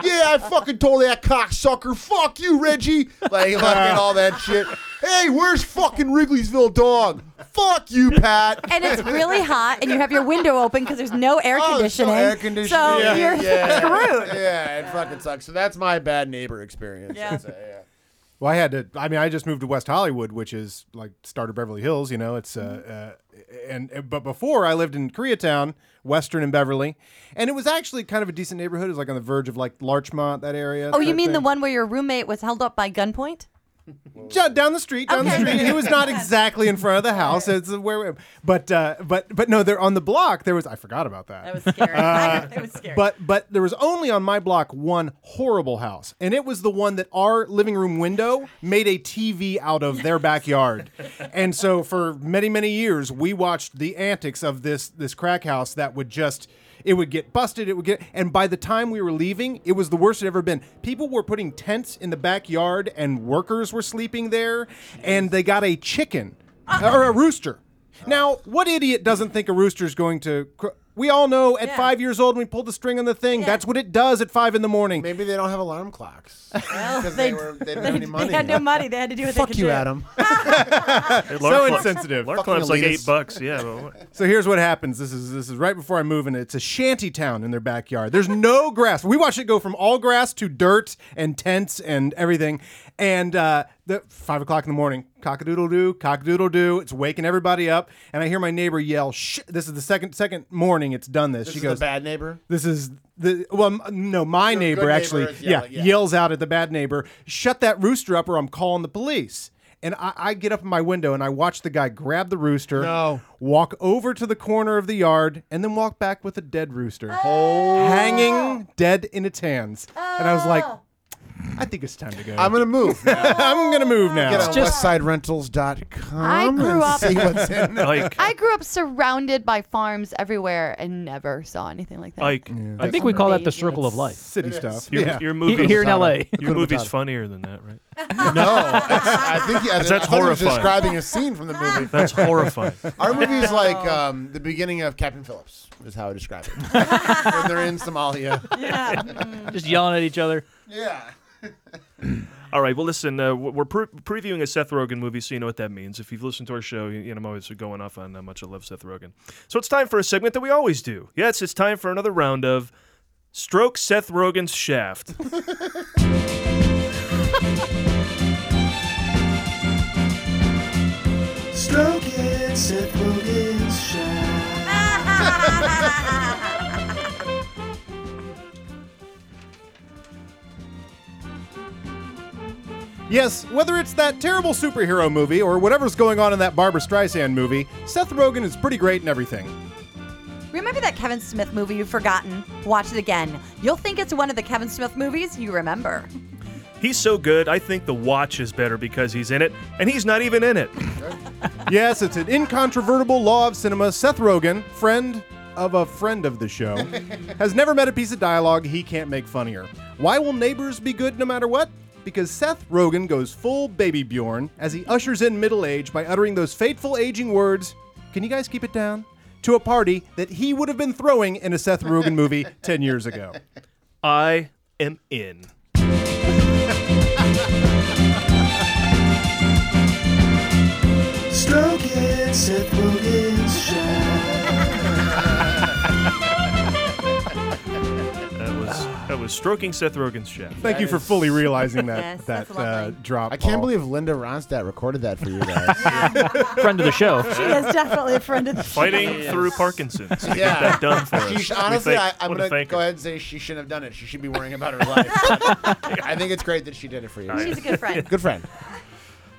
Yeah, I fucking told that cocksucker, fuck you, Reggie. [laughs] Like fucking all that shit. Hey, where's fucking Wrigley'sville dog? Fuck you, Pat.
[laughs] [laughs] and it's really hot, and you have your window open because there's no air
Oh, there's no
conditioning.
air conditioning.
So
yeah.
Oh, you're
yeah.
screwed.
Yeah, it fucking sucks. So that's my bad neighbor experience.
Yeah.
I'd say, yeah.
Well, I had to. I mean, I just moved to West Hollywood, which is like starter Beverly Hills. You know, it's
Mm-hmm.
uh, uh, and uh, but before I lived in Koreatown, Western and Beverly, and it was actually kind of a decent neighborhood. It was like on the verge of like Larchmont that area.
[laughs] Oh, you
type
mean the
thing.
one where your roommate was held up by gunpoint?
Ju- down the street? Down
Okay.
the street. He was
[laughs]
not exactly in front of the house. It's where, but uh, but but no, they're on the block. There was I forgot about that.
That was scary.
Uh,
[laughs] it was scary.
But but there was only on my block one horrible house, and it was the one that our living room window made a TV out of their backyard, and so for many many years we watched the antics of this this crack house that would just. It would get busted. It would get, and by the time we were leaving, it was the worst it ever been. People were putting tents in the backyard, and workers were sleeping there, and they got a chicken or a rooster. Now, what idiot doesn't think a rooster's going to? Cr- we all know at five years old when we pull the string on the thing, that's what it does at five in the morning.
Maybe they don't have alarm clocks. Because
they-
they, were they didn't have any money.
[laughs] They had no money. They had to do what
Fuck
they could
you,
do.
Adam.
so insensitive.
Lark
Fucking
Club's like
elitist.
eight bucks. Yeah. but
[laughs]
what-
So here's what happens. This is this is right before I move, and it's a shanty town in their backyard. There's no [laughs] grass. We watched it go from all grass to dirt and tents and everything. And uh, the five o'clock in the morning, cock a doodle doo, cock a doodle doo. It's waking everybody up, and I hear my neighbor yell, "Shh!" This is the second second morning. It's done this.
This
she
is the
goes,
bad neighbor?
This is the well, m- no, my neighbor
neighbor
actually,
is yelling,
yeah,
yeah.
yells out at the bad neighbor, "Shut that rooster up, or I'm calling the police." And I, I get up in my window and I watch the guy grab the rooster,
No.
walk over to the corner of the yard, and then walk back with a dead rooster
Oh.
hanging dead in its hands. And I was like, I think it's time to go.
I'm gonna move.
[laughs] I'm gonna move now.
[laughs] Get on
Just-
westsiderentals.com
I grew
and
up.
see what's in there.
I grew up surrounded by farms everywhere and never saw anything like that.
Ike.
I think we call that the circle of life.
City stuff.
Your,
Yeah.
your movie
Here in LA.
Your
Hakuna
movie's
Matata.
funnier than that, right?
No, it's- I think yeah, I
'Cause that's
thought he was
horrifying.
describing a scene from the movie.
That's
[laughs]
horrifying.
Our movie is like um, the beginning of Captain Phillips, is how I describe it. when they're in Somalia.
[laughs] Just yelling at each other.
Yeah.
All right. Well, listen, uh, we're pre- previewing a Seth Rogen movie, so you know what that means. If you've listened to our show, you, you know I'm always going off on how much I love Seth Rogen. So it's time for a segment that we always do. Yes, it's time for another round of Stroke Seth Rogen's shaft.
Stroke it, Seth Rogen's shaft.
Yes, whether it's that terrible superhero movie or whatever's going on in that Barbara Streisand movie, Seth Rogen is pretty great in everything.
Remember that Kevin Smith movie you've forgotten? Watch it again. You'll think it's one of the Kevin Smith movies you remember.
He's so good. I think the watch is better because he's in it, and he's not even in it.
yes, it's an incontrovertible law of cinema. Seth Rogen, friend of a friend of the show, has never met a piece of dialogue he can't make funnier. Why will neighbors be good no matter what? Because Seth Rogen goes full baby Bjorn as he ushers in middle age by uttering those fateful aging words, Can you guys keep it down? to a party that he would have been throwing in a Seth Rogen movie 10 years ago.
I am in.
Stroke it, Seth Rogen's shaft.
That was that was stroking Seth Rogen's shaft.
Thank you for fully realizing that
Yes,
that uh, drop.
I can't
Paul.
believe Linda Ronstadt recorded that for you guys.
friend of the show.
She is
definitely a friend of
[laughs]
the
Fighting through Parkinson's. To get that done for us.
She sh-
We
honestly,
thank-
I, I'm
wanna
going to
thank
go ahead and say she shouldn't have done it. She should be worrying about her
[laughs]
life. But I think it's great that she did it for you.
She's a
[laughs]
good friend.
good friend.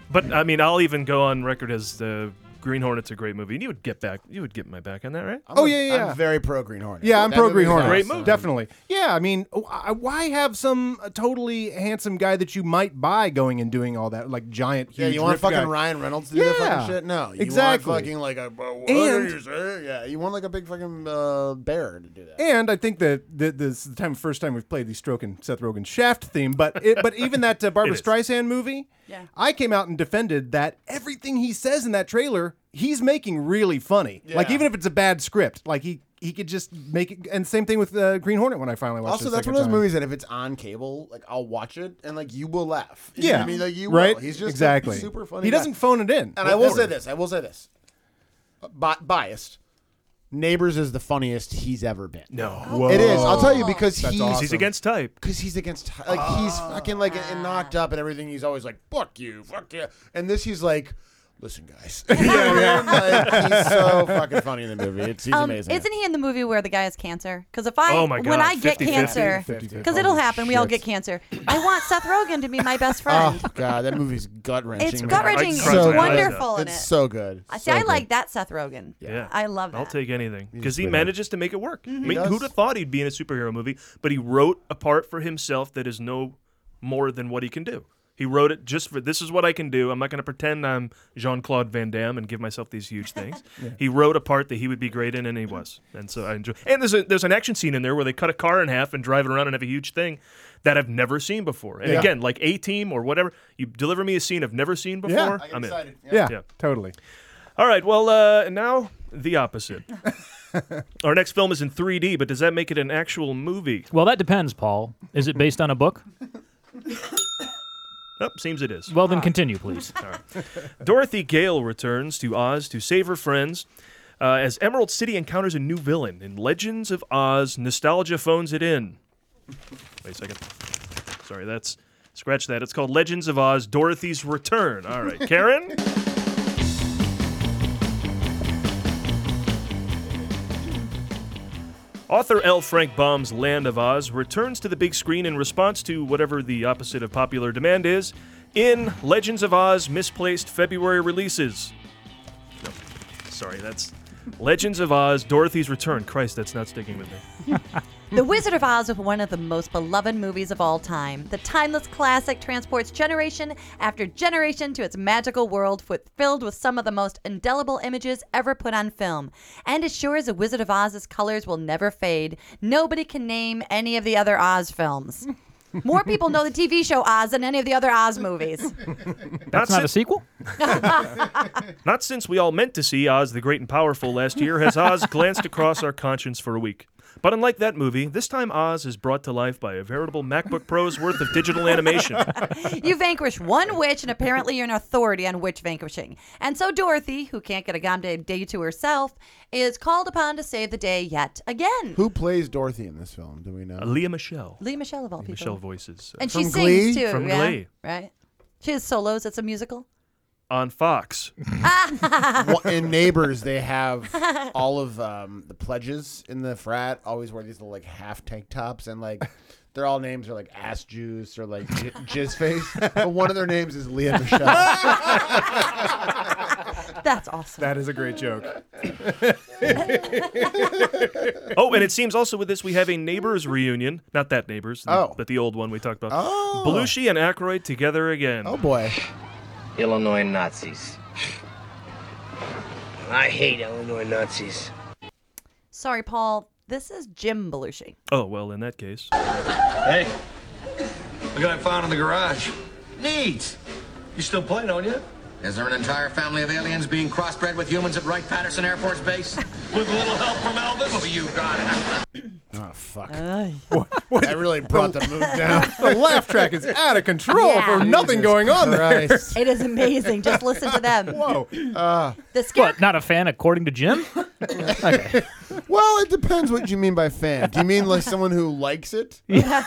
But I mean, I'll even go on record as the Green Hornet's a great movie, and you would get back, you would get my back on that, right?
Oh,
I'm a- I'm very pro Green Hornet.
Yeah, I'm
That
pro
movie
Green
was
Hornet.
awesome.
Definitely. Yeah, I mean, wh- I- why have some uh, totally handsome guy that you might buy going and doing all that like giant?
Yeah,
huge
you want
ripped
fucking
guy?
Ryan Reynolds to do
yeah,
that fucking shit? No, you
exactly.
Want fucking like a what
And-
do you say? Yeah, you want like a big fucking uh, bear to do that.
And I think that th- this is the time, first time we've played the Stroke and Seth Rogen Shaft theme, but it, but even that uh, Barbara
[laughs] It is.
Streisand movie,
Yeah.
I came out and defended that everything he says in that trailer, he's making really funny. Like
Yeah.
even if it's a bad script, like he he could just make it. And same thing with uh, Green Hornet when I finally watched.
Also,
it the
that's
second
one of those
time.
movies that if it's on cable, like I'll watch it and like you will laugh. You know
yeah,
what I mean like you
right.
will. He's just a
exactly
super funny.
He
guy.
doesn't phone it in.
And I will say this. I will say this. Bi- biased. Neighbors is the funniest he's ever been.
No,
it is. I'll tell
Oh,
you because
That's
he's
awesome. He's against type.
Because he's against type. Like he's
Oh,
fucking like and knocked up and everything. He's always like fuck you, fuck you. And this he's like, listen guys. [laughs] You know what I mean? Like, he's so fucking funny in the movie. It's he's
Um,
amazing.
Isn't he in the movie where the guy has cancer? Because if I,
Oh my
when
God,
I get
50-50.
cancer,
50-50.
because it'll
Holy
happen, we all
shit.
get cancer. I want Seth Rogen to be my
[laughs]
best friend.
Oh god, that movie's gut wrenching.
It's gut-wrenching. It's wonderful in
It's
it.
so good.
I see.
So
I
good.
like that Seth Rogen.
Yeah,
I love
I'll
that.
take anything because
He's
he
great.
manages to make it work. I
Mhm. He
mean,
does.
who'd have thought he'd be in a superhero movie? But he wrote a part for himself that is no more than what he can do. He wrote it just for this is what I can do. I'm not going to pretend I'm Jean Claude Van Damme and give myself these
[laughs]
huge things. He wrote a part that he would be great in, and he was. And so I enjoy. And there's a, there's an action scene in there where they cut a car in half and drive it around and have a huge thing that I've never seen before. And
Yeah.
again, like A Team or whatever, you deliver me a scene I've never seen before.
Yeah. I get
I'm
excited.
in.
Yeah. totally.
All right. Well, uh, now the opposite. Our next film is in 3D, but does that make it an actual movie?
Well, that depends, Paul. Is it based on a book?
Oh, seems it is.
Well, then continue, please.
All right. Dorothy Gale returns to Oz to save her friends uh, as Emerald City encounters a new villain in Legends of Oz. Nostalgia phones it in. Wait a second. Sorry, that's scratch that. It's called Legends of Oz: Dorothy's Return. All right, Karen. Author L. Frank Baum's Land of Oz returns to the big screen in response to whatever the opposite of popular demand is in Legends of Oz misplaced February releases. No, sorry, that's Legends of Oz Dorothy's Return. Christ, that's not sticking with me.
The Wizard of Oz is one of the most beloved movies of all time. The timeless classic transports generation after generation to its magical world with, filled with some of the most indelible images ever put on film. And as sure as The Wizard of Oz's colors will never fade, nobody can name any of the other Oz films. More people know the TV show Oz than any of the other Oz movies.
That's not a sequel?
Not
[laughs]
since we all meant to see Oz the Great and Powerful last year has Oz glanced across our conscience for a week. But unlike that movie, this time Oz is brought to life by a veritable MacBook Pro's worth of digital
[laughs]
animation.
you vanquish one witch, and apparently you're an authority on witch vanquishing. And so Dorothy, who can't get a goddamn day to herself, is called upon to save the day yet again.
Who plays Dorothy in this film? Do we know?
Leah Michelle.
Lee Michelle of all people.
Michelle voices. uh,
And she sings too.
From
yeah?
Glee.
Right? She has solos. It's a musical.
On Fox.
Well, in Neighbors,
[laughs]
they have all of um, the pledges in the frat always wear these little like half tank tops and like. Their all names are like ass juice or like J- jizz face, but one of their names is Leah Ah! Michelle.
That's awesome.
That is a great joke.
oh, and it seems also with this we have a neighbors reunion. Not that neighbors, oh. but the old one we talked about.
Oh.
Belushi and Aykroyd together again. Oh
boy.
Illinois Nazis. I hate Illinois Nazis.
Sorry, Paul. This is Jim Belushi.
Oh well, in that case.
Hey, look what I found in the garage. Neat. You still playing, don't you?
Is there an entire family of aliens being crossbred with humans at Wright Patterson Air Force Base? With a little help from Elvis? Oh, you got it.
Oh fuck! that really brought the mood down.
the laugh track is out of control
Yeah.
for nothing
Jesus
going on
Christ.
It is amazing. Just listen to them.
Whoa.
The scare-
Not a fan, according to Jim.
Well, it depends what you mean by fan. Do you mean like someone who likes it?
[laughs]
there.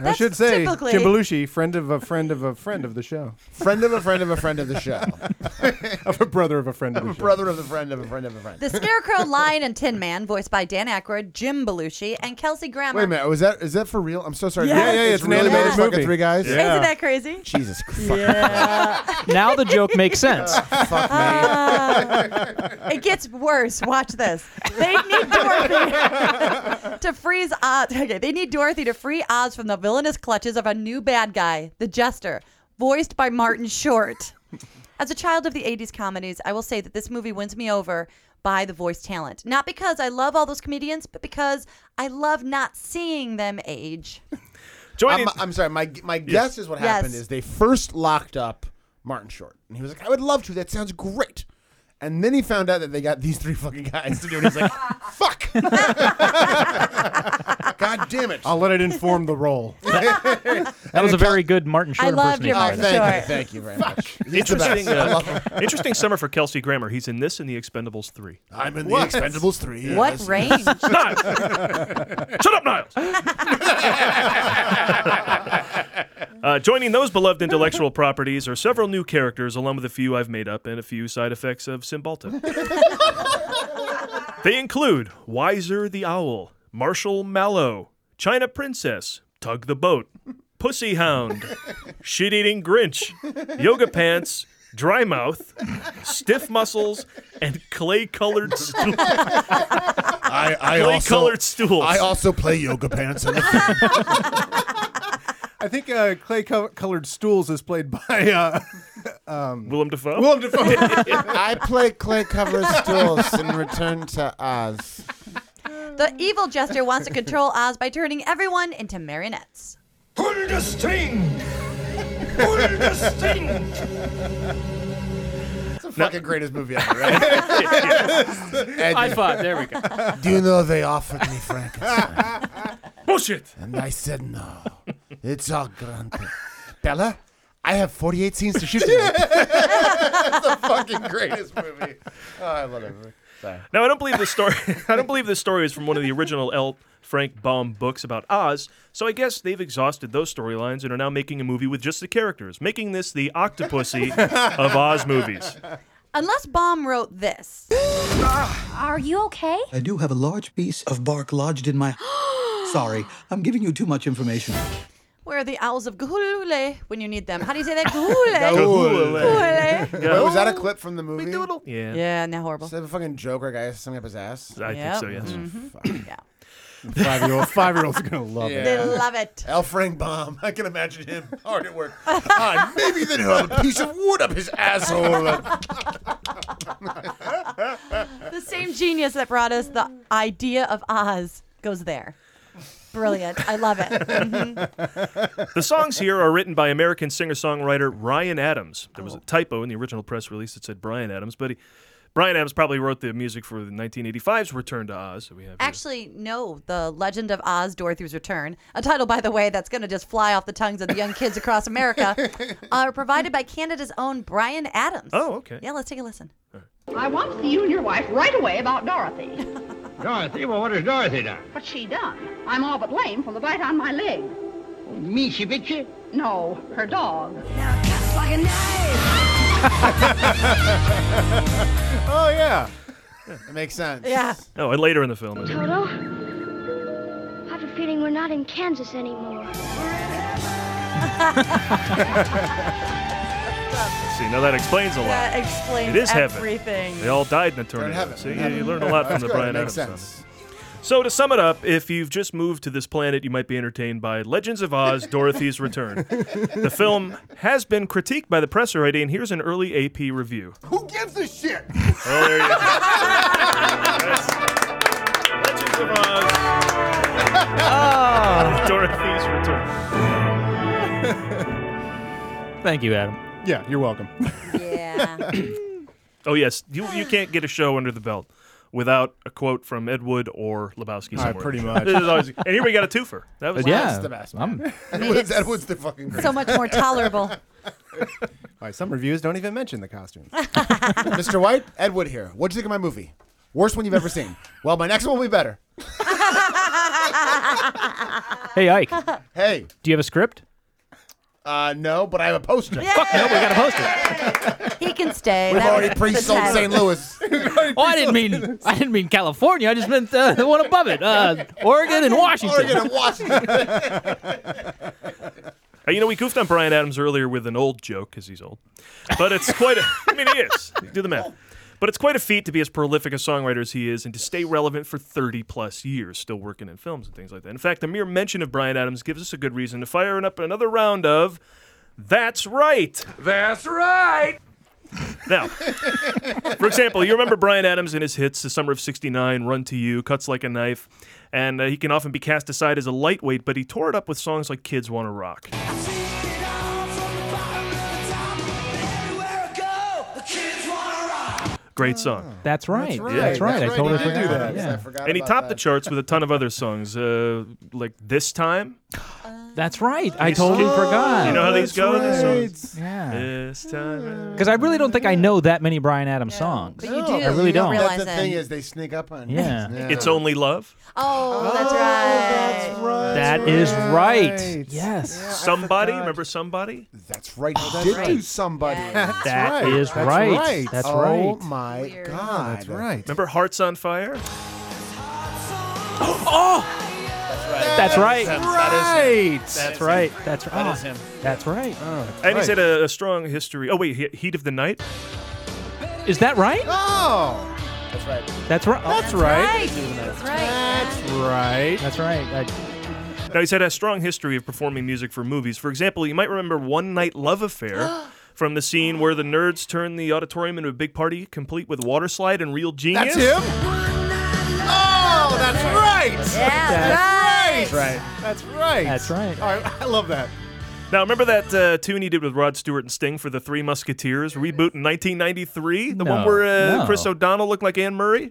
I should say,
typically-
Jim Belushi, friend of a friend of a friend of the show,
friend of a friend of a friend of the show,
of a brother of a friend of the show.
brother of the friend of a friend of a friend.
The Scarecrow, Lion, and Tin Man, voiced by Dan Aykroyd, Jim Belushi, and Kelsey Grammer.
Wait a minute, was that is that for real? I'm so sorry.
Yeah. Yeah, yeah,
It's
it's an
really
animated
those fucking
movie.
Three guys.
Yeah.
Isn't that crazy?
[laughs] Jesus Christ.
now the joke makes sense.
it gets worse. Watch this. They need Dorothy to freeze Oz. Okay, they need Dorothy to free Oz from the villainous clutches of a new bad guy, the Jester, voiced by Martin Short. As a child of the 80s comedies, I will say that this movie wins me over by the voice talent. Not because I love all those comedians, but because I love not seeing them age.
I'm, I'm sorry. My my guess is what
Yes.
happened is they first locked up Martin Short, and he was like, "I would love to. That sounds great." And then he found out that they got these three fucking guys to do it.
[laughs]
He's like, "Fuck! [laughs] God damn it!"
I'll let it inform
[laughs]
the role.
That was a very good Martin Short
I loved your
impersonation.
Martin
Uh, thank you,
Short.
thank you very much. He's the
Interesting,
best. I love
uh,
him.
interesting summer for Kelsey Grammer. He's in this and The Expendables 3.
I'm in
What?
the Expendables three.
What
yes.
range?
Shut up, Niles! uh, joining those beloved intellectual properties are several new characters, along with a few I've made up and a few side effects of Cymbalta. they include Wiser the Owl, Marshall Mallow, China Princess, Tug the Boat, Pussy Hound, Shit Eating Grinch, Yoga Pants, Dry Mouth, Stiff Muscles, and Clay Colored Stool. [laughs]
I, I
Clay
also
colored stools.
I also play yoga pants. in the film.
I think uh, clay co- colored stools is played by
[laughs]
uh, um,
Willem Dafoe.
Willem Dafoe.
I play clay covered stools in Return to Oz.
The evil Jester wants to control Oz by turning everyone into marionettes.
Pull the string! Pull the string!
It's the fucking greatest movie ever.
[laughs]
Right?
High five. There we go.
Do you know they offered me Frankenstein?
Bullshit.
And I said no. It's all granted. Bella, I have 48 scenes to shoot tonight. [laughs] That's the fucking greatest movie. Oh, I love that movie. Sorry.
Now I don't believe the story. [laughs] I don't believe the story is from one of the original L. Frank Baum books about Oz. So I guess they've exhausted those storylines and are now making a movie with just the characters, making this the Octopussy of Oz movies.
Unless Baum wrote this.
Are you okay?
I do have a large piece of bark lodged in my. Sorry, I'm giving you too much information.
Where are the owls of Gulule when you need them? How do you say that? Gulule.
Gahule.
Gulule.
Wait, was that a clip from the movie?
Yeah.
Yeah, now horrible.
Is that a fucking Joker guy sung up his ass?
I think so. Yes.
Mm-hmm.
five year old five year olds are gonna love it.
They love it.
L. Frank Baum. I can imagine him hard at work. ah, maybe then he'll have a piece of wood up his asshole.
The same genius that brought us the idea of Oz goes there. Brilliant. I love it.
[laughs]
Mhm.
The songs here are written by American singer-songwriter Ryan Adams. There was a typo in the original press release that said Brian Adams, but he Brian Adams probably wrote the music for the 1985's Return to Oz. that we have
Actually, no. The Legend of Oz: Dorothy's Return, a title, by the way, that's going to just fly off the tongues of the young kids across
[laughs]
America, are provided by Canada's own Brian Adams.
Oh, okay.
Yeah, let's take a listen.
I want to see you and your wife right away about Dorothy.
Dorothy? Well, what has Dorothy done?
What's she done? I'm all but lame from the bite on my leg.
Me, she bit you?
No, her dog.
[laughs] oh yeah, it makes sense.
Yeah.
Oh, and later in the film. isn't it?
Toto? I have a feeling we're not in Kansas anymore.
See, now that explains a lot.
That explains
It is heaven.
everything.
They all died in a tornado.
heaven.
So
They're in
you, you
heaven.
learn a lot from
That's
the
good.
Brian
It makes
Adams. Sense. So to sum it up, if you've just moved to this planet, you might be entertained by Legends of [laughs] Oz: Dorothy's Return. The film has been critiqued by the press already, and here's an early AP [laughs] review.
Who gives a shit?
Oh, there you go. [laughs] Dorothy's Return.
Thank you, Adam.
Yeah, you're welcome.
Yeah.
Oh yes, you you can't get a show under the belt without a quote from Ed Wood or Lebowski
Ah,
somewhere.
pretty
[laughs]
much.
This is always- and here we got a twofer. That was
But yeah,
That's
the best, man. I'm-
Edward's, Edward's the fucking [laughs] greatest.
So much more tolerable.
[laughs] Why some reviews don't even mention the costume.
Mr. White, Edward here. What'd you think of my movie? Worst one you've ever seen. Well, my next one will be better.
Hey, Ike.
Hey.
Do you have a script?
Uh, no, but I have a poster.
no, we got to post it.
He can stay.
We've
That
already
was
pre-sold
pathetic.
St. Louis. [laughs]
Oh, I didn't mean I didn't mean California. I just meant uh, the one above it, uh, Oregon and Washington.
Oregon and Washington.
Uh, you know, we goofed on Brian Adams earlier with an old joke because he's old, but it's quite. A, I mean, he is. Do the math. But it's quite a feat to be as prolific a songwriter as he is, and to stay relevant for 30 plus years, still working in films and things like that. In fact, the mere mention of Brian Adams gives us a good reason to fire up another round of. That's right.
That's right.
Now, for example, you remember Brian Adams and his hits, The Summer of 69, Run to You, Cuts Like a Knife, and uh, he can often be cast aside as a lightweight, but he tore it up with songs like Kids Wanna Rock. Great song.
That's right. That's right. That's right. I totally forgot. Oh, about it. Yeah.
and he topped the charts with a ton of other songs, uh, like This Time.
That's right. I totally forgot.
You know how these
Oh, That's
go? These
right.
songs?
Yeah.
This time.
Because I really don't think I know that many Brian Adams songs.
but you do.
I really
You don't
don't.
realize
the
it.
thing is, they sneak up on you.
Yeah.
It's Only Love.
Oh, that's right.
That is right. Yes.
somebody. Remember Somebody?
That's right. He did do somebody. That's
That
right.
is
That's
right. That's
oh
right.
my God.
That's right.
Remember Hearts on Fire?
Oh, that's right. That's
That's
right. That's right. Oh,
That is him.
That's right.
And he's had a, a strong history. Oh wait, He- Heat of the Night.
Is that right?
Oh. That's right.
That's right. Oh.
That's right.
That's right.
Right.
That's right.
Now he's had a strong history of performing music for movies. For example, you might remember One Night Love
[gasps]
Affair. From the scene where the nerds turn the auditorium into a big party, complete with water slide and real
That's
genius.
him. Oh, that's right.
Yeah,
That's
that's
right. That's right.
That's right.
All right. I love that.
Now, remember that uh, tune he did with Rod Stewart and Sting for the Three Musketeers reboot in 1993? The one
No,
where uh,
no.
Chris O'Donnell looked like Anne Murray?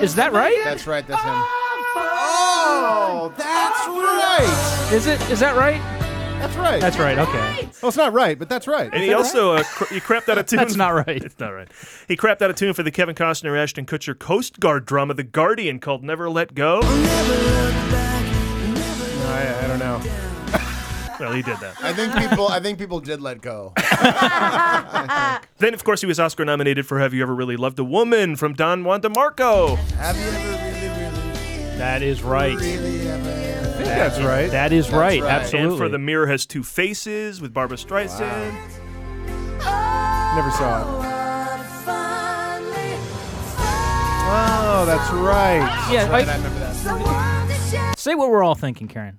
Is that Oh, right?
That's right. That's him. Oh, that's right.
Is it? Is that right?
That's right.
That's right. [laughs] Okay.
Well, it's not right, but that's right.
And he also uh, cr- he crapped
[laughs]
out a tune.
That's not
[laughs]
right.
It's not right. He crapped out a tune for the Kevin Costner Ashton Kutcher Coast Guard drama, The Guardian, called "Never Let Go."
I, I don't know.
Well, he did that.
I think people. I think people did let go.
Then, of course, he was Oscar nominated for "Have You Ever Really Loved a Woman?" from Don Juan DeMarco.
Have you ever
That is right.
really, really, really ever?
I think that's right.
That is right.
right.
Absolutely.
And for "The Mirror Has Two Faces" with Barbara Streisand.
Never saw it. Oh, that's right.
yeah.
Right, I
I-
remember that.
say what we're all thinking, Karen.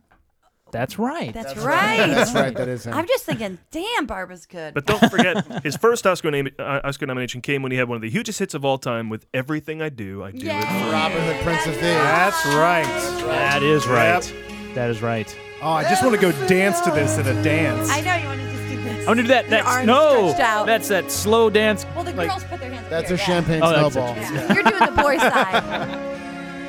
That's right.
That's right.
That's right. That is him.
I'm just thinking, damn, Barbara's good.
But don't forget, his first Oscar, name, uh, Oscar nomination came when he had one of the hugest hits of all time with "Everything I Do, I Do It." For You."
Robin Hood, Prince of Thieves.
That's right.
That is right. That is right.
Oh, I just want to go dance to this in a dance.
I know you want to just do
I'm gonna do that.
Your
That's
arms
no.
stretched out.
That's that slow dance.
Well, the
like-
girls put their hands.
That's
here,
a champagne
Oh, that's
snowball.
it.
Yeah.
You're doing the boy side.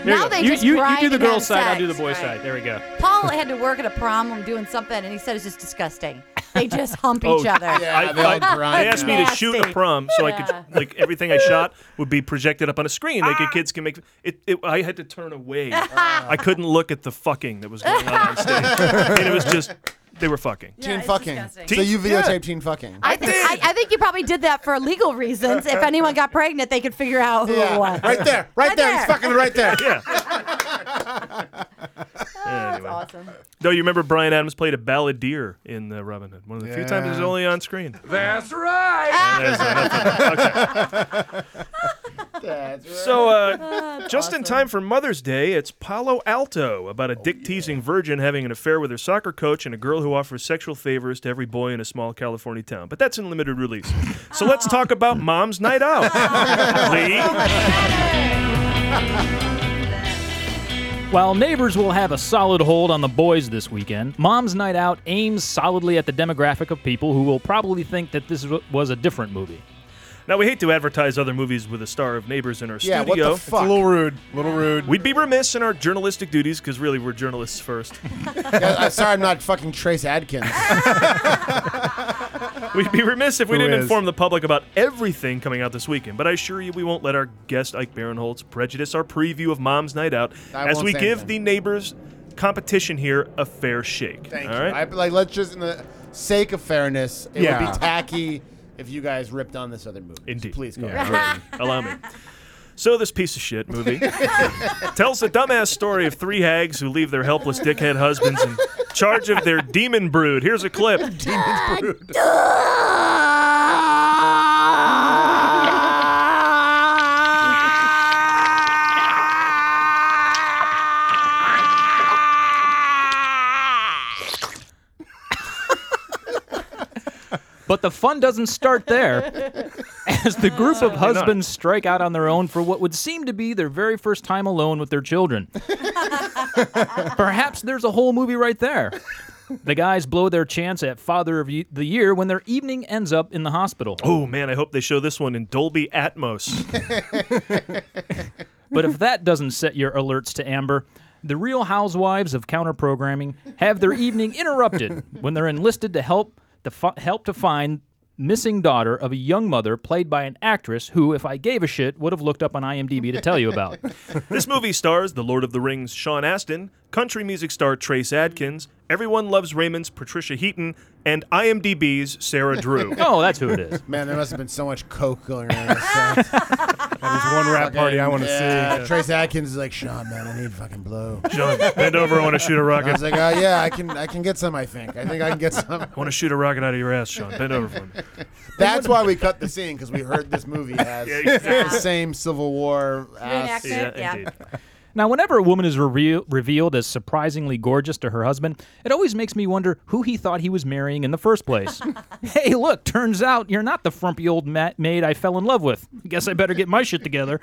There
Now
you go.
they
you,
just
you, you
grind
do the
and have
girl's side. I'll do the
sex,
boy's
right.
side. There we go.
Paul had to work at a prom and doing something, and he said it's just disgusting. They just hump
Oh,
each other.
I, I- they asked me to shoot a prom, so I
Yeah. Ah.
could like everything I
[laughs]
shot would be projected up on a screen. Like the kids can make it. it I had to
[laughs]
turn away. I couldn't look at the fucking that was going on on stage, and it was just they were fucking.
teen fucking.
disgusting.
So you
Teen- yeah.
videotaped teen fucking.
I think I, I think you probably did that for legal reasons. If anyone got pregnant, they could figure out who it was.
Right there. Right, there. He's fucking right
[laughs]
there.
Anyway. Though you remember Brian Adams played a balladeer in uh, Robin Hood. One of the few times it was
Yeah.
only on screen.
That's right.
There's enough of- okay. So, uh, just in time for Mother's Day, it's Palo Alto about a dick teasing virgin having an affair with her soccer coach and a girl who offers sexual favors to every boy in a small California town. But that's in limited release. So, let's talk about Mom's Night Out. Lee?
While neighbors will have a solid hold on the boys this weekend, Mom's Night Out aims solidly at the demographic of people who will probably think that this was a different movie.
Now, we hate to advertise other movies with a star of Neighbors in our
Yeah, what
studio.
the fuck? It's a little
rude. little rude. We'd be remiss in our journalistic duties because really we're journalists first.
Yeah, I'm sorry, I'm not fucking Trace Adkins.
We'd be remiss if we
Who
didn't
is?
inform the public about everything coming out this weekend, but I assure you we won't let our guest Ike Barinholtz prejudice our preview of Mom's Night Out
I
as
won't
we
say
give
anything.
the neighbors competition here a fair shake.
[laughs] Thank
all
you.
right?
I, like, let's just, in the sake of fairness, it would
Yeah.
be tacky if you guys ripped on this other movie. Indeed. please go. ahead.
[laughs] Allow me. So this piece of
[laughs]
shit movie tells the dumbass story of three hags who leave their helpless dickhead husbands in charge of their demon brood. Here's a clip. Demon brood.
But the fun doesn't start there. As the group of
Certainly not.
husbands strike out on their own for what would seem to be their very first time alone with their children. Perhaps there's a whole movie right there. The guys blow their chance at Father of Ye- the Year when their evening ends up in the hospital.
Oh man, I hope they show this one in Dolby Atmos.
But if that doesn't set your alerts to amber, the real housewives of counterprogramming have their evening interrupted when they're enlisted to help to fi- help to find missing daughter of a young mother played by an actress who if I gave a shit would have looked up on IMDb to tell you about.
this movie stars the Lord of the Rings Sean Astin, country music star Trace Adkins, Everyone Loves Raymond's Patricia Heaton, and IMDb's Sarah Drew. [laughs]
Oh, that's who it is.
Man, there must have been so much coke going around. This set. that
is one rap party I wanna see.
yeah. Trace Adkins is like, Sean, man, I need fucking blow.
Sean, bend over, I wanna shoot a rocket.
I was like, oh yeah, I can, I can get some. I think, I think I can get some.
I want to shoot a rocket out of your ass, Sean. Bend over for me.
That's why we cut the scene because we heard this movie has
Yeah, exactly.
the same Civil War. Ass.
Reenactment, Yeah, yeah. indeed.
Now, whenever a woman is reveal- revealed as surprisingly gorgeous to her husband, it always makes me wonder who he thought he was marrying in the first place. hey, look, turns out you're not the frumpy old ma- maid I fell in love with. Guess I better get my shit together.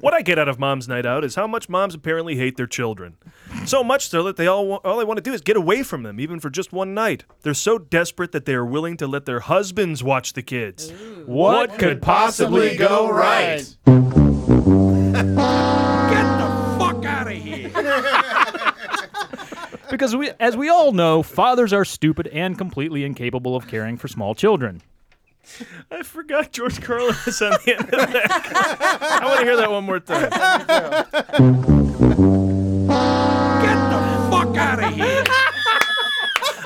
What I get out of Mom's Night Out is how much moms apparently hate their children. So much so that they all wa- all they want to do is get away from them, even for just one night. They're so desperate that they are willing to let their husbands watch the kids. What, could possibly go right?
Fuck out of here.
Because we, as we all know, fathers are stupid and completely incapable of caring for small children.
I forgot George Carlin is on the end of [laughs] that. I want to hear that one more time.
Fuck out of here.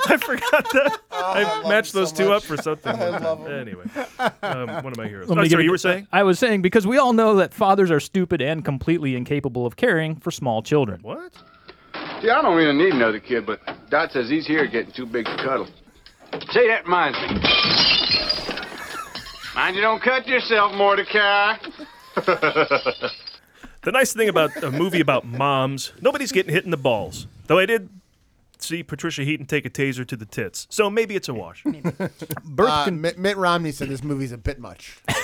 I forgot that. Oh, I matched those two up for something. [laughs] Anyway, um, one of my heroes.
Let me
Oh,
get
sorry,
it-
you were saying?
I was saying because we all know that fathers are stupid and completely incapable of caring for small children.
What?
See, I don't even need another kid, but Dot says he's here getting too big to cuddle. Say, that reminds me. Mind you don't cut yourself, Mordecai.
The nice thing about a movie about moms, nobody's getting hit in the balls. Though I did see Patricia Heaton take a taser to the tits. So maybe it's a wash.
Uh, Mitt, Mitt Romney said this movie's a
[laughs]
bit much. it's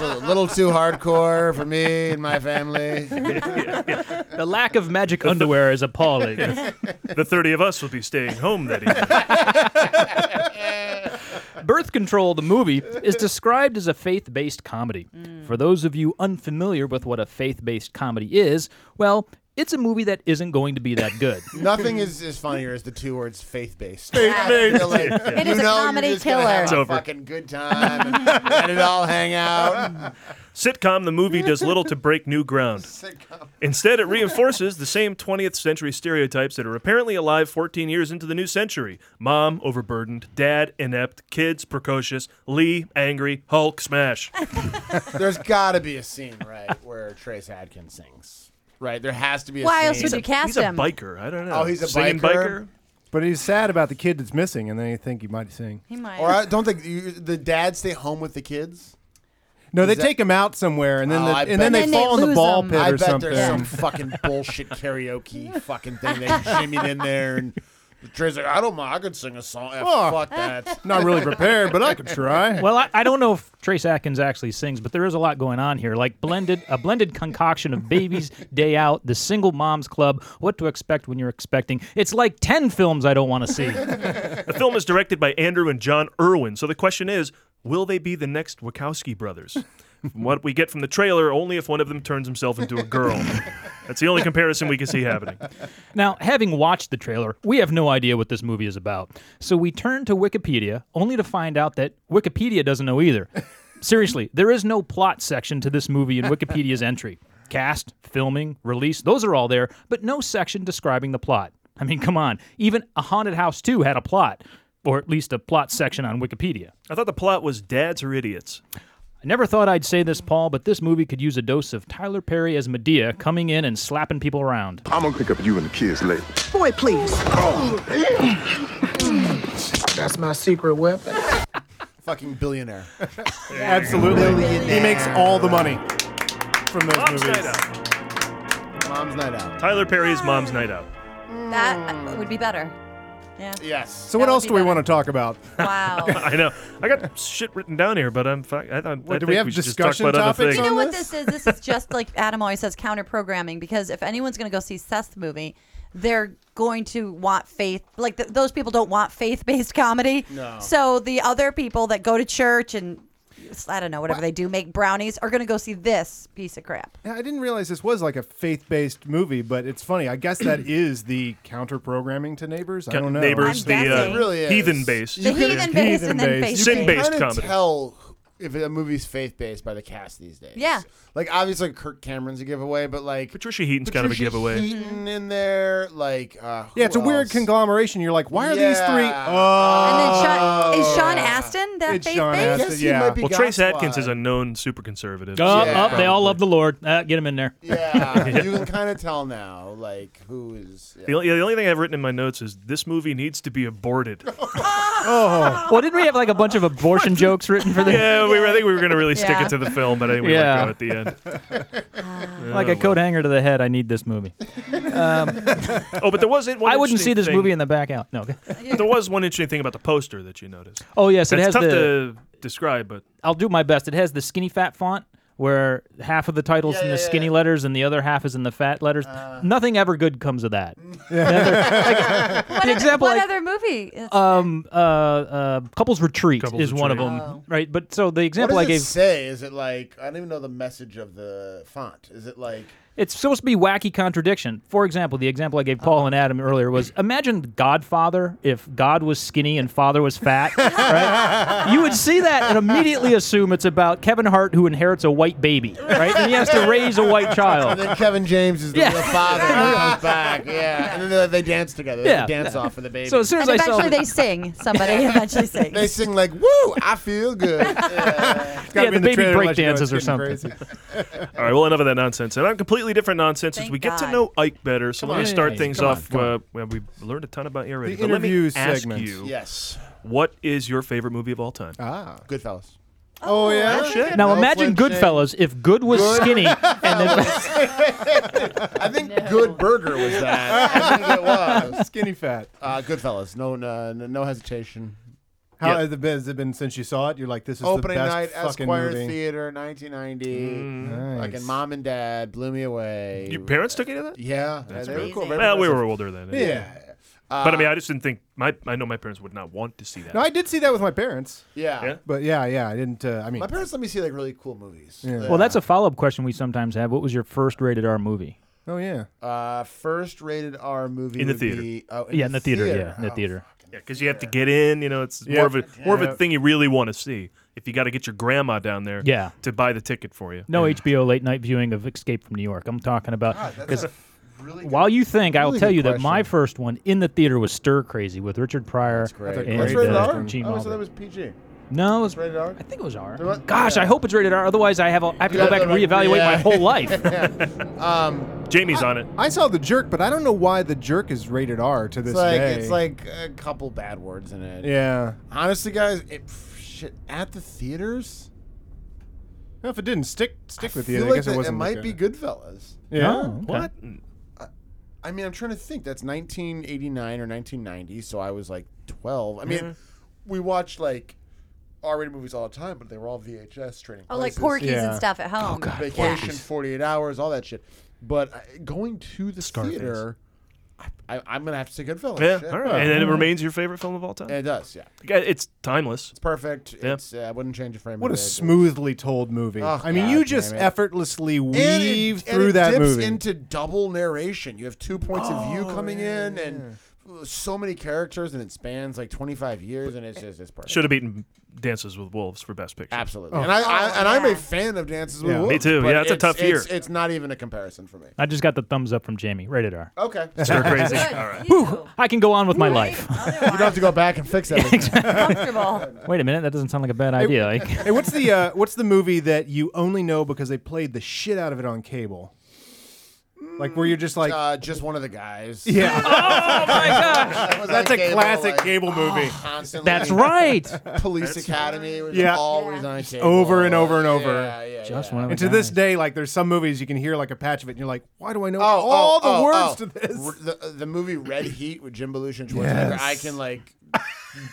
a little too hardcore for me and my family.
The lack of magic [laughs] underwear is appalling.
the 30 of us will be staying home that evening.
[laughs] Birth Control, the movie, is described as a faith based comedy. For those of you unfamiliar with what a faith based comedy is, well, it's a movie that isn't going to be that good.
Nothing is as funnier as the two words faith based.
Faith-based.
It is a comedy killer.
Have
It's
a
over.
fucking good time. And let it all hang out.
Sitcom, the movie, does little to break new
[laughs]
ground. Instead, it reinforces the same 20th century stereotypes that are apparently alive 14 years into the new century mom, overburdened, dad, inept, kids, precocious, Lee, angry, Hulk, smash.
There's got to be a scene, right, where Trace Adkins sings. Right? There has to be a
Why
scene.
else would you cast
he's a
him?
biker. I don't know.
Oh, he's a
Singing biker?
But he's sad about the kid that's missing, and then you think he might sing.
He might.
Or I don't think you, the dads stay home with the kids.
No, they
Is that-
take him out somewhere, and then
Oh,
the,
I
and
bet-
then they fall in the ball pit
I
or
bet
something. [laughs]
there's some fucking bullshit karaoke fucking thing they shimmied in there and. Trey's like, I don't mind. I could sing a song. Eh,
Oh,
fuck that.
not really prepared, but I could try.
Well, I, I don't know if Trace Atkins actually sings, but there is a lot going on here. Like blended, a blended concoction of Baby's Day Out, The Single Moms Club, What to Expect When You're Expecting. It's like ten films I don't want to see.
The film is directed by Andrew and John Irwin. So the question is, will they be the next Wachowski brothers? From what we get from the trailer, only if one of them turns himself into
[laughs]
a girl. That's the only comparison we can see happening.
Now, having watched the trailer, we have no idea what this movie is about. So we turn to Wikipedia only to find out that Wikipedia doesn't know either. Seriously, there is no plot section to this movie in Wikipedia's entry. Cast, filming, release, those are all there, but no section describing the plot. I mean, come on, even A Haunted House 2 had a plot, or at least a plot section on Wikipedia.
I thought the plot was dads are idiots.
I never thought I'd say this, Paul, but this movie could use a dose of Tyler Perry as Medea coming in and slapping people around.
I'm gonna pick up you and the kids later.
Boy, please.
That's my secret weapon.
fucking billionaire.
Absolutely, he makes all the money from those
Mom's
movies.
Night Out.
Mom's Night Out.
Tyler Perry's Mom's Night Out.
That would be better. Yeah.
Yes.
So what else do we want to talk about?
Wow.
I know. I [laughs] got shit written down here, but I'm fine. I, thought I
What, do
think
we have
should just
discussion
talk about other
topics
things.
You
on
know what this is? This is just like Adam always says, counter programming. Because if anyone's going to go see Seth's movie, they're going to want faith. Like th- those people don't want faith based comedy.
No.
So the other people that go to church and I don't know whatever they do, make brownies, are going to go see this piece of crap.
Yeah, I didn't realize this was like a faith-based movie, but it's funny. I guess that is the counter-programming to Neighbors. I
Ca-
don't know.
Neighbors, the uh,
It really is.
heathen-based.
The heathen based and then
Heathen-based.
based.
Sin
You can
based
kinda
comedy.
Tell if a movie's faith based by the cast these days.
Yeah.
Like obviously Kirk Cameron's a giveaway, but like
Patricia Heaton's kind of a
Patricia
giveaway.
Heaton in there, like uh,
Yeah, it's a
who
weird
else?
conglomeration. You're like, why are these three?
Yeah.
Oh,
And then Sean,
[laughs]
is Sean Astin that
It's
faith
Sean
based?
Astin, yeah.
Well, Trace Adkins is a known super conservative.
Oh,
so-
oh, they all love the Lord. Uh, get him in there.
Yeah,
[laughs]
you can kind of tell now, like who is.
The only, the only thing I've written in my notes is this movie needs to be
[laughs]
aborted.
Oh. [laughs] Well, didn't we have like a bunch of abortion jokes written for the
yeah, we, were- I think we were going to really stick
Yeah.
it to the film, but I think we
Yeah.
let
Uh,
go at the Oh, end.
[laughs]
like a coat hanger to the head? I need this movie.
Oh, but there was one
I wouldn't
interesting
see this
thing-
movie in the back out. No. okay.
But there was one interesting thing about the poster that you noticed.
Oh yes, it
That's
has
tough
the.
to describe, but
I'll do my best. It has the skinny fat font where half of the titles in the skinny letters and the other half is in the fat letters.
Uh.
Nothing ever good comes of that.
What,
The
other-
example,
what
like-
other movie?
[laughs]
is-
Um, uh, uh, couples retreat
Couples
is one of
Retreat. Oh.
them, right? But so the
What
example
does
I
it
gave,
say? Is it like I don't even know the message of the font. Is it like
it's supposed to be wacky contradiction. For example, the example I gave Paul and Adam earlier was imagine Godfather if God was skinny and father was [laughs] fat, right? You would see that and immediately assume it's about Kevin Hart who inherits a white baby, right? And he has to raise a white
and
child.
then Kevin James is the
Oh. Yeah.
real father
[laughs]
and he comes back, yeah, and then they they dance together, They
Yeah.
dance off for the baby.
So as soon as
and
I saw
eventually they sing. Somebody eventually sings.
They sing like, "Woo, I [laughs] feel good." Yeah.
yeah, the
in the
baby
trailer, let you know
breakdances
it's
or
getting
something.
[laughs]
all right, well, enough of that nonsense. And on completely different nonsense, as
Thank
we get to
God.
know Ike better, so let me
on.
start
Hey,
things
come on,
off.
come
uh, well, we learned a ton about you already.
The
but let me
interview
ask
segment.
you,
yes,
what is your favorite movie of all time?
Ah,
Goodfellas. Oh, yeah.
Now imagine Goodfellas if Good was
Good-
skinny and then
I think Good Burger was that. [laughs] I think it [laughs] was
skinny fat.
Uh, Goodfellas, no, uh, no, no hesitation.
How
Yeah.
has, it been, has it been since you saw it? You're like, this is
Opening
the best
night,
fucking
Esquire
movie.
Theater, 1990.
Mm.
Fucking
Nice.
mom and dad blew me away.
Your parents took you to that?
Yeah,
That's
yeah, they were
amazing.
cool. Very
Well, we
impressive.
were older then.
Yeah.
but I mean,
Uh,
I just didn't think my. I know my parents would not want to see that.
No, I did see that with my parents.
Yeah.
But yeah, yeah, I didn't. Uh, I mean,
My parents let me see like really cool movies.
Yeah.
Well, that's a follow up question we sometimes have. What was your first rated R movie?
Oh yeah.
Uh, first rated R movie
In the
would
theater.
be- oh,
yeah, in the theater. Yeah, in the
Oh,
theater.
Yeah, because you have to get in. You know, it's
Yeah.
more of a more of
Yeah.
a thing you really want to see. If you got to get your grandma down there,
Yeah.
to buy the ticket for you.
No HBO late night viewing of Escape from New York. I'm talking about
that's
because
a really good-
while you think, I'll
really
tell
good
you that my first one in the theater was Stir Crazy with Richard Pryor
That's a
and
great rated
uh,
R?
Gene
Oh,
Wilder.
so that was PG.
no, it was,
It's rated R. I
think it was R.
Gosh,
I hope it's rated R. Otherwise, I have a, I have to
Yeah,
go back and
like,
reevaluate
[laughs] yeah.
my whole life.
um,
Jamie's on it.
I saw The Jerk, but I don't know why The Jerk is rated R to this
It's like
day.
it's like a couple bad words in it.
Yeah.
Honestly, guys, it pff, shit at the theaters.
Well, if it didn't stick stick with
feel
you, I
like
guess
that
it wasn't.
might
looking
be Goodfellas.
Yeah. Oh, okay.
What? I- I mean, I'm trying to think. That's 1989 or 1990, so I was like 12. I mean,
Mhm.
we watched like R-rated movies all the time, but they were all VHS trading.
Oh, like
places.
Porky's and Yeah. stuff at home. Oh, God,
Vacation,
Porky's.
48 hours, all that shit. But uh, going to the
Scarface.
theater, I, I, I'm gonna have to say Goodfellas.
Yeah,
shit.
all right. And then it remains your favorite film of all time.
It does, yeah.
It's timeless. It's
perfect. It's, uh, I wouldn't change it for
What a
anything.
smoothly told movie.
Oh,
I mean,
God
you
damn
just
it.
effortlessly
And
weave
it- and
through
it
that
dips
movie.
into double narration. You have two points of view
Oh,
coming in, and so many characters, and it spans like 25 years, and it's just it's perfect.
Should have beaten Dances with Wolves for Best Picture.
Absolutely. And I, I and I'm a fan of Dances with
Yeah. Me
Wolves.
too.
but
Yeah, it's a tough year.
It's, it's not even a comparison
[laughs]
for me.
I just got the thumbs up from Jamie. Rated R.
Okay.
Stir Crazy.
Good. All right. [laughs]
Whew, I can go on with my life. [laughs]
you don't have to go back and
[laughs]
fix everything.
Wait a minute, that doesn't sound like a
[laughs]
bad idea. Like,
hey, what's the uh, what's the movie that you only know because they played the shit out of it on cable? Like where you're just like,
uh, just one of the guys.
[laughs] Yeah.
[laughs]
Oh,
my
gosh. Was
That's
on
a classic cable
Oh.
movie.
constantly.
That's right.
[laughs] Police Academy was
Yeah.
always on
Just
cable.
over and over and over.
Yeah, yeah,
Just
yeah.
one of
and
the
to this day, like there's some movies you can hear like a patch of it, and you're like, why do I know
Oh,
all
oh,
the
oh,
words
oh.
to this?
R- The, the movie Red Heat with Jim Belushi and Schwarzenegger.
Yes.
I can like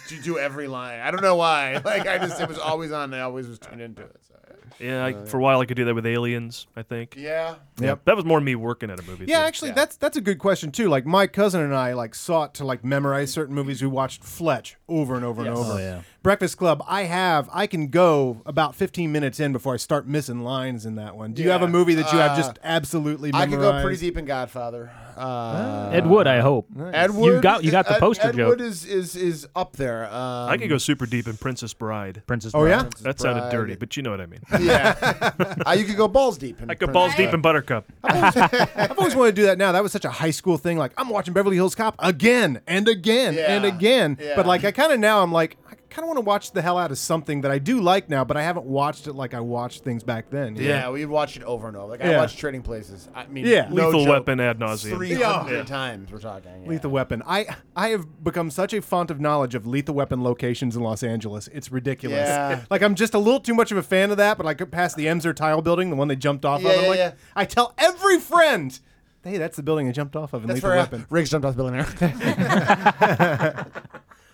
do, do every line. I don't know why. [laughs] Like I just it was always on. and I always was tuned into it. So.
Yeah, I, for a while I could do that with Aliens. I think.
Yeah.
Yep.
That was more me working at a movie.
Yeah,
theater.
actually, that's that's a good question too. Like my cousin and I like sought to like memorize certain movies. We watched Fletch over and over and
Yes.
over.
Oh, yeah.
Breakfast Club. I have. I can go about 15 minutes in before I start missing lines in that one. Do you have a
Yeah.
movie that you have
Uh,
just absolutely?
I
Memorized? Ah.
could go pretty deep in Godfather. Uh,
Ed Wood, I hope.
Ed
You
Wood.
got- you got the
Ed-
poster
Ed
joke.
Wood is is is up there. Um,
I could go super deep in Princess Bride.
Princess
Oh, Bride. yeah? Princess
that sounded
Bride.
dirty, but you know what I mean.
[laughs]
Yeah. uh, you could go balls deep. In
I could balls
Princess Bride.
deep in Buttercup.
I've always wanted to do that. Now that was such a high school thing. Like I'm watching Beverly Hills Cop again and again and again.
Yeah.
But like I kind of now I'm like I kind of want to watch the hell out of something that I do like now, but I haven't watched it like I watched things back then. you know?
Yeah, we watched it over and over. Like I
Yeah.
watched Trading Places. I mean,
Yeah.
no
Lethal
joke,
Weapon ad nauseam.
300
Yeah.
times we're talking.
Lethal Weapon. I I have become such a font of knowledge of Lethal Weapon locations in Los Angeles. It's ridiculous.
Yeah.
[laughs] like I'm just a little too much of a fan of that, but I could pass the Emser Tile Building, the one they jumped off
Yeah,
of. I'm
yeah,
like,
yeah.
I tell every friend, hey, that's the building I jumped off of in
That's
Lethal
where, uh, [laughs]
Weapon.
Riggs jumped off the
[laughs]
building there.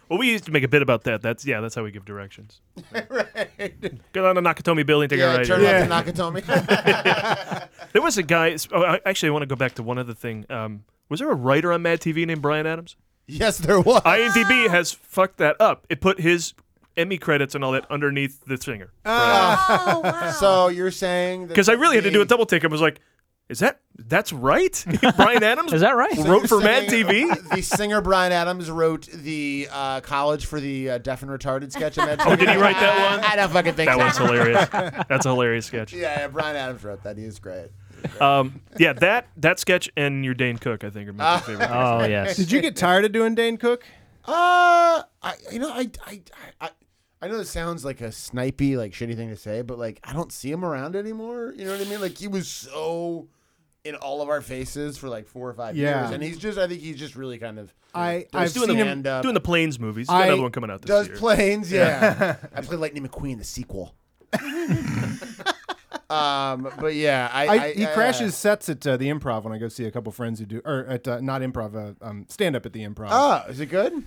Well, we used to make a bit about that. That's yeah, that's how we give directions.
[laughs] right.
Go down to Nakatomi Building, take
yeah,
a right.
turn
here.
off the
[laughs]
Nakatomi.
There was a guy. Oh, I- actually, I want to go back to one other thing. Um, was there a writer on Mad TV named Brian Adams?
Yes, there was.
IMDb has fucked that up. It put his Emmy credits and all that underneath the singer.
oh, wow. So you're saying that
Because I really had to do a double take. I was like, "Is that that's right? [laughs] Brian Adams? Is that right?
So
Wrote
you're
for Mad
saying
TV?
[laughs] The singer Brian Adams wrote the uh, college for the uh, deaf and retarded sketch. on Mad
Oh,
TV?
did he write that one?
I don't fucking think
that
so.
one's hilarious. That's a
[laughs]
hilarious sketch.
Yeah, yeah, Brian Adams wrote that. He is great.
Um, yeah, that that sketch and your Dane Cook, I think, are my
Ah.
two
[laughs]
favorite. Uh,
Oh, yes.
Did you get tired of doing Dane Cook?
Uh, I you know I I I. I know this sounds like a snipey, like shitty thing to say, but like I don't see him around anymore. You know what I mean? Like he was so in all of our faces for like four or five
Yeah.
years, and he's just—I think he's just really kind of.
I-
does
I've
doing,
seen
the,
him-
doing the Planes movies. He's got
I-
another one coming out this
does
year.
[laughs]
planes? Yeah, I played Lightning McQueen, the sequel. [laughs] um, but yeah, I,
I,
I-
he
I, uh,
crashes sets at uh, the improv when I go see a couple friends who do, or at uh, not improv, uh, um, stand up at the improv.
Oh, is it
[laughs]
good?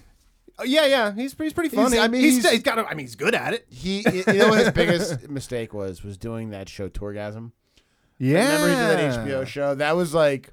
Oh, yeah, yeah, he's he's pretty
He's-
funny.
I mean, he's-
he's got. A, I mean, he's good at it.
He, you know, what his biggest mistake was was doing that show Tourgasm. remember he did that
Yeah.
HBO show. That was like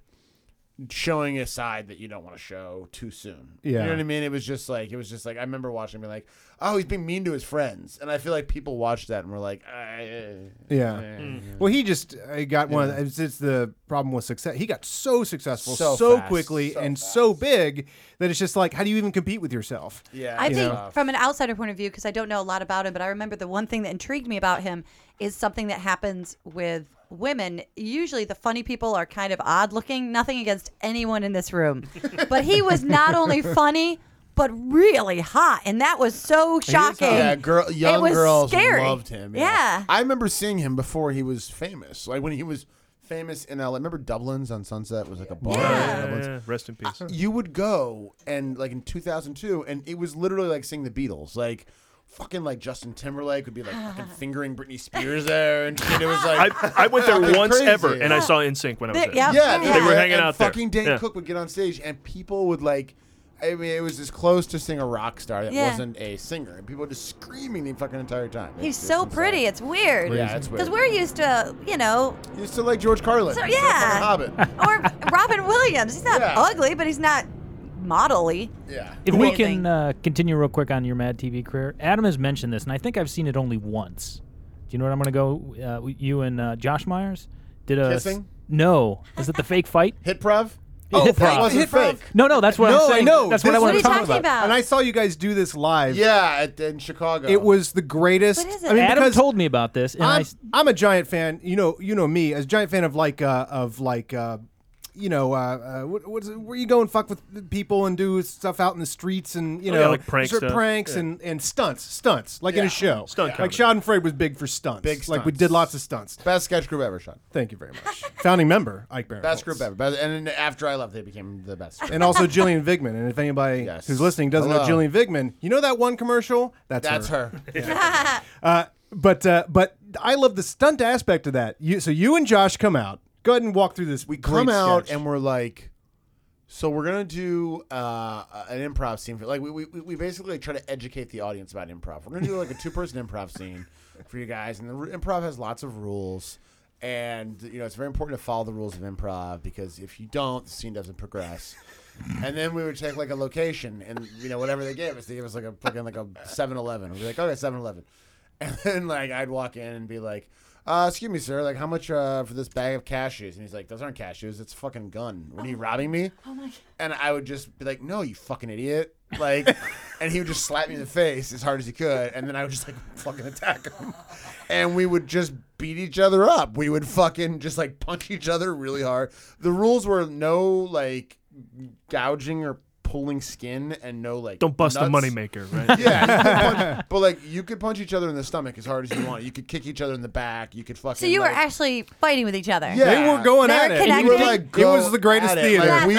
showing a side that you don't want to show too soon. you
Yeah.
know what I mean. It was just like it was just like I remember watching, and being like, oh, he's being mean to his friends, and I feel like people watched that and were like, "Ah, eh,
Yeah.
eh."
Well, he just uh, got one.
Yeah.
It's, it's the problem with success. He got so successful
So
so,
fast,
quickly
so
and so big that it's just like, how do you even compete with yourself?
[laughs] Yeah.
I
You
think
know?
from an outsider point of view, because I don't know a lot about him, but I remember the one thing that intrigued me about him is something that happens with women. Usually the funny people are kind of odd looking, nothing against anyone in this room.
[laughs]
but he was not only funny, but really hot. And that was so shocking.
Yeah, girl, young
it was
girls
scary.
loved him.
Yeah.
I remember seeing him before he was famous. Like when he was famous in LA. Remember Dublin's on Sunset was like a bar. in
Yeah,
Dublin's?
yeah, Rest
[laughs]
in peace.
You would go and like in 2002, and it was literally like seeing the Beatles. Like fucking like Justin Timberlake would be like fucking
[laughs]
fingering Britney Spears there, and shit. It was like
I, I went
[laughs]
there
fucking
once
crazy.
ever, and I saw In Sync when I was there.
Oh,
Yeah,
they were hanging
and
out there.
Fucking Dan
Yeah.
Cook would get on stage, and people would like. I mean, it was as close to seeing a rock star that
Yeah.
wasn't a singer, and people were just screaming the fucking entire time.
He's
It's just
so
insane.
pretty. It's weird.
Yeah, it's weird.
Because we're used to, you know,
Used to like George Carlin.
So-
He's a
yeah.
fucking
[laughs]
Hobbit.
or Robin Williams. He's not ugly, but he's not modelly.
Yeah.
If we can uh, continue real quick on your Mad TV career, Adam has mentioned this, and I think I've seen it only once. Do you know what I'm going to go? Uh, you and uh, Josh Myers did a
Kissing?
no. Is it the fake fight?
Hit prov?
[laughs]
Oh, that wasn't Hit prov. fake.
No, no, that's what
no,
I'm
I
saying.
know.
That's what I
This
want to
is-
talk about.
And I saw you guys do this live.
Yeah, at, in Chicago.
It was the greatest.
What is
I mean,
Adam
because
told me about this, and I
I'm,
s-
I'm a giant fan. You know, you know me as a giant fan of like uh, of like uh, you know uh, uh, what, what's it, where you go and fuck with people and do stuff out in the streets and you
Oh,
know
yeah, like prank
sort of
stuff.
pranks
Yeah.
and and stunts, stunts like in
Yeah.
a show.
Stunt
like
comedy.
Schadenfreude was big for stunts.
Big stunts.
Like we did lots of stunts.
Best sketch group ever, Sean.
Thank you very
[laughs]
much. Founding member Ike Barinholtz.
Best group ever. Best, and then after I left, they became the best.
and also Jillian Vigman. And if anybody who's listening doesn't know
Hello.
Jillian Vigman, you know that one commercial? That's
That's
her.
her.
Uh, but uh, but I love the stunt aspect of that. You so you and Josh come out. Go ahead and walk through this. We
Come out and we're like, so we're gonna do uh, an improv scene. For, like we, we we basically try to educate the audience about improv. We're gonna do like a two person improv scene for you guys, and the r- improv has lots of rules. And you know it's very important to follow the rules of improv because if you don't, the scene doesn't progress. And then we would take like a location, and you know whatever they gave us, they gave us like a fucking like a 7-Eleven. We'd be like, okay, 7-Eleven. [laughs] And then like I'd walk in and be like, uh, excuse me, sir, like how much uh, for this bag of cashews? And he's like, those aren't cashews, it's a fucking gun. What are you robbing me?
Oh my
And I would just be like, no, you fucking idiot. Like, and he would just slap me in the face as hard as he could. And then I would just like fucking attack him. And we would just beat each other up. We would fucking just like punch each other really hard. The rules were no like gouging or pulling skin and no like
Don't bust the
nuts.
moneymaker,
[laughs]
right?
yeah you could punch- but like you could punch each other in the stomach as hard as you want you could kick each other in the back you could fucking
So you were
like,
actually fighting with each other.
yeah.
They were going
They
at
were
it.
connected.
We were like,
go
it was the greatest
at it.
theater.
Like, we,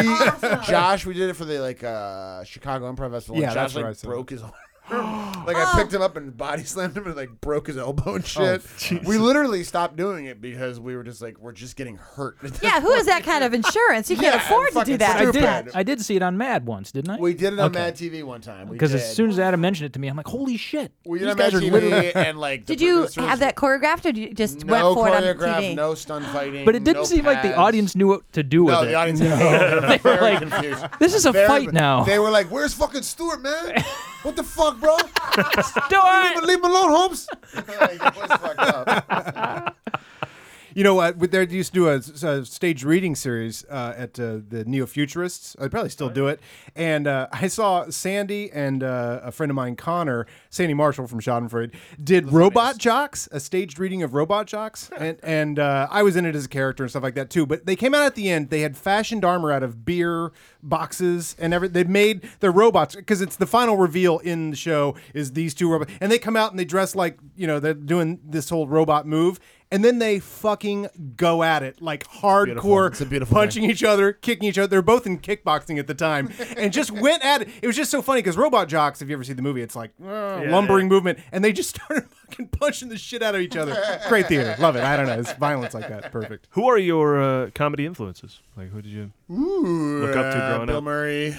That's
Josh, we did it for the like uh, Chicago Improv Festival.
Yeah,
Yeah, Josh
that's where I
like
saw
broke his arm.
[gasps]
like
Oh.
I picked him up and body [laughs] slammed him and like broke his elbow
Oh,
and shit.
Jesus.
we literally stopped doing it because we were just like we're just getting hurt. [laughs]
Yeah, who has that kind of insurance? You can't
Yeah,
afford to
fucking
do that.
I did.
stupid.
I did see it on Mad once, didn't I?
we did it on
Okay.
Mad TV one time. We
Because
did.
as soon as Adam mentioned it to me, I'm like, holy shit!
we did
these
on Mad
guys are literally-
TV and like the
Did you
producers-
have that choreographed or did you just
no
went for it on
choreograph,
TV?
no stunt fighting,
But it didn't
no
seem like the
pads.
audience knew what to do with
No,
it.
the
[laughs]
audience they were
were
very
like,
confused.
"This is a
Very-
fight now."
They were like, "Where's fucking Stewart, man? What the fuck, bro? leave, him, leave him alone, Holmes." Like, it was fucked up.
You know what? With- They used to do a, s- a stage reading series uh, at uh, the Neo Futurists. I probably still do it. And uh, [laughs] I saw Sandy and uh, a friend of mine, Connor, Sandy Marshall from Schadenfreude, did Robot Jocks, a staged reading of Robot Jocks. and and uh, I was in it as a character and stuff like that too. But they came out at the end. They had fashioned armor out of beer boxes and everything. They made their robots because it's the final reveal in the show is these two robots. And they come out and they dress like, you know, they're doing this whole robot move and then they fucking go at it like hardcore,
It's a beautiful
punching
day.
each other, kicking each other. They're both in kickboxing at the
[laughs]
time, and just went at it. It was just so funny because Robot Jocks, if you ever see the movie, it's like uh,
Yeah,
lumbering
yeah.
movement, and they just [laughs] started fucking punching the shit out of each other. Great theater, love it. I don't know, it's violence like that, perfect.
Who are your uh, comedy influences? Like, who did you
Ooh,
look up to
uh,
growing
Bill
up?
Murray.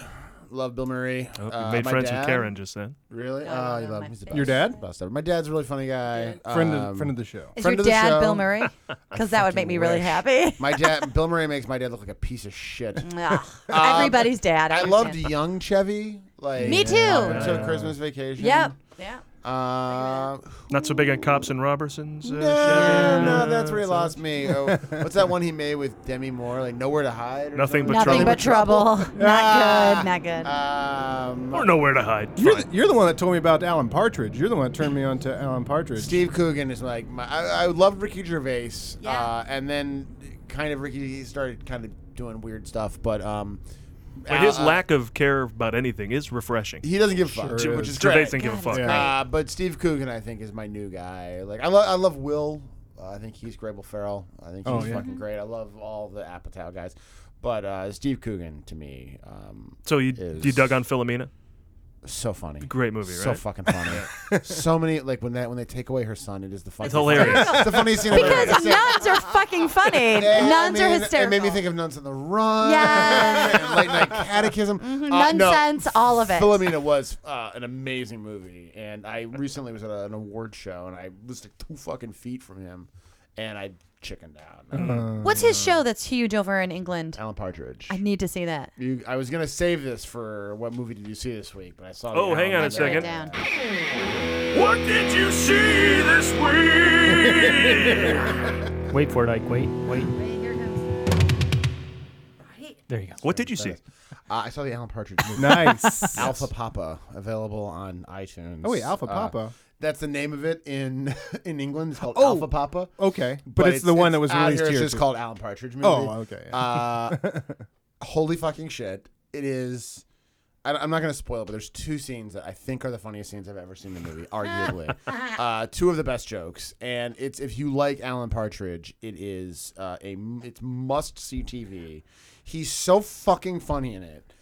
Love Bill Murray.
Oh, you
Uh,
made
my
friends with
dad.
Karen just then.
Really? Oh, you
I love
love
my
him. He's the
dad.
best.
Your dad?
Best ever. My dad's a really funny guy. Um,
Friend of- friend of the show.
Is
friend
your
of the
dad
show.
Bill
[laughs]
Murray? Because that would make me really
wish.
happy.
my dad, Bill Murray, makes my dad look like a piece of shit.
[laughs] Ugh.
Um,
Everybody's dad.
I loved young Chevy. Like
Me too.
Up Until
Yeah.
Christmas Vacation.
Yep. Yeah.
Uh,
Not so big on cops and Robertsons. Uh,
no,
Chevy?
no, that's where he
so-
lost me. Oh, what's that one he made with Demi Moore? Like nowhere to hide. Or something?
Nothing but Nothing Trouble. but
Trouble.
Ah.
Not good.
Not good. Um,
Or nowhere to hide.
You're the, you're the one that told me about Alan Partridge. You're the one that turned me on to Alan Partridge.
Steve Coogan is like my, I, I loved Ricky Gervais, uh, and then kind of Ricky he started kind of doing weird stuff, but um,
But
Al-
his
uh,
lack of care about anything is refreshing.
he doesn't give a fuck,
Sure
which
is.
is
Gervais
great.
doesn't give a fuck.
Uh, but Steve Coogan, I think, is my new guy. Like I love, I love Will. Uh, I think he's great. Will Ferrell. I think he's
Oh, yeah.
fucking great. I love all the Apatow guys, but uh, Steve Coogan to me, um,
So you
is-
you dug on Philomena?
so funny.
Great movie,
So
right?
fucking funny. [laughs] so many like when that when they take away her son, it is the funniest.
hilarious.
it's the funniest scene I've ever
Because
seen.
nuns are fucking funny.
Yeah, I
nuns
mean,
are
It made me
hysterical.
think of Nuns on the Run, [laughs]
Yes.
and Late Night Catechism,
Mhm,
Uh, no,
nonsense, all of it.
Philomena was uh, an amazing movie, and I recently was at a- an award show, and I was like two fucking feet from him, and I chickened out. And I-
Uh-huh.
What's his show that's huge over in England?
Alan Partridge.
I need to see that.
You, I was gonna save this for what movie did you see this week, but I saw. the
Oh, hang on
Alan
a second.
Partridge.
What did you see this week?
Wait for it, Ike. Wait, wait. There you go.
[laughs] What did you see?
Uh, I saw the Alan
[laughs]
Partridge movie.
Nice.
Alpha Papa, available on iTunes.
Oh, wait, Alpha
Uh,
Papa.
That's the name of it in [laughs] in England. It's called
Oh,
Alpha Papa.
okay. But it's the one that was
out
released
It's
here,
just
too.
called Alan Partridge movie.
Oh, okay, yeah.
Uh, [laughs] holy fucking shit! It is. I, I'm not going to spoil it, but there's two scenes that I think are the funniest scenes I've ever seen in the
[laughs]
movie, arguably. uh, two of the best jokes, and it's if you like Alan Partridge, it is uh, a m- it's must see TV. He's so fucking funny in it.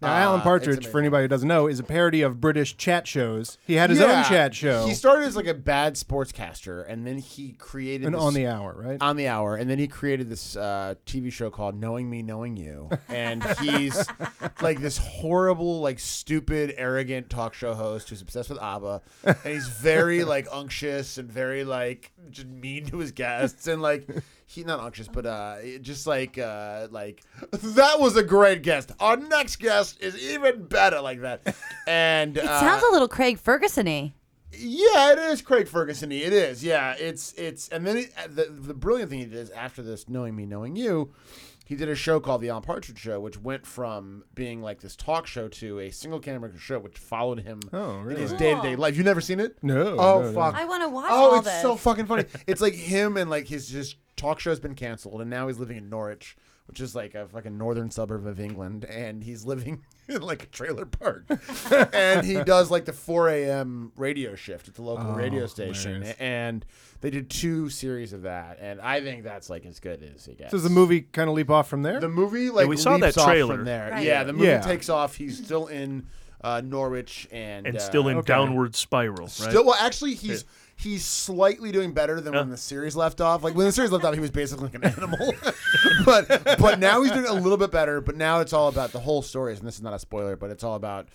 Now,
Uh,
Alan
it's
Partridge, for
amazing.
anybody who doesn't know, is a parody of British chat shows. He had his
Yeah.
own chat show.
He started as like a bad sportscaster, and then he created
An
this-
on the hour, right?
on the hour, and then he created this uh, TV show called Knowing Me, Knowing You, and
[laughs]
he's like this horrible, like stupid, arrogant talk show host who's obsessed with ABBA, and he's
[laughs]
very like unctuous and very like just mean to his guests, and like he not unctuous, but uh, it- just like uh, like that was a great guest. Our next guest is even better, like that, and
It sounds a little Craig Ferguson-y.
yeah, it is Craig Ferguson. It is. Yeah, it's it's. And then it, the the brilliant thing he did is after this, knowing me, knowing you, he did a show called the Alan Partridge Show, which went from being like this talk show to a single camera show, which followed him
Oh,
in his
really?
day to day life. You never seen it?
No,
Oh
no, no.
fuck.
I want to watch
Oh,
all
it's
this.
so fucking funny. it's like him and like his just talk show's been canceled, and now he's living in Norwich, which is like a fucking northern suburb of England, and he's living [laughs] in like a trailer park, and he does like the 4 a.m. radio shift at the local
Oh,
radio station,
hilarious.
and they did two series of that, and I think that's like as good as it gets.
So does the movie kind of leap off from there?
The movie like
we saw that
leaps off
trailer.
from there.
Right.
Yeah, the movie
Yeah.
takes off. He's still in uh, Norwich and
And still in
uh,
downward spiral, right?
Still, well, actually, he's he's slightly doing better than when the series left off. Like when the series left off, he was basically like an animal, [laughs] but but now he's doing a little bit better. But now it's all about the whole story, and this is not a spoiler, but it's all about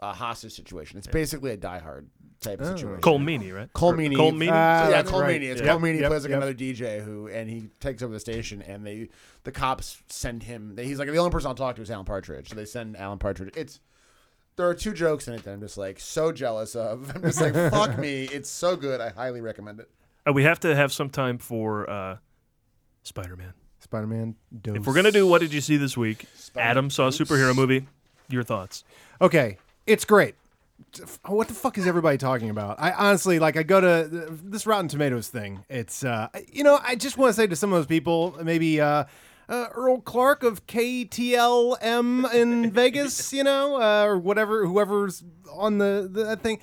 a hostage situation. It's basically a Die Hard type of situation.
Cole Meany, right?
Cole Meany.
Cole Meany?
Ah,
yeah,
that's
Cole
right.
Meany. It's
Yep,
Cole Meany
yep,
plays like
yep.
another DJ who, and he takes over the station, and they the cops send him. They, he's like the only person I'll talk to is Alan Partridge, so they send Alan Partridge. It's there are two jokes in it that I'm just like so jealous of. [laughs] I'm just like fuck me. It's so good. I highly recommend it.
Uh, we have to have some time for uh, Spider Man.
Spider-Man. Dose.
If we're gonna do what did you see this week? Adam saw a superhero movie. Your thoughts?
Okay, it's great. What the fuck is everybody talking about? I honestly like. I go to th- this Rotten Tomatoes thing. It's uh, you know, I just want to say to some of those people, maybe uh, uh, Earl Clark of KTLM in [laughs] Vegas, you know, uh, or whatever, whoever's on the, the that thing.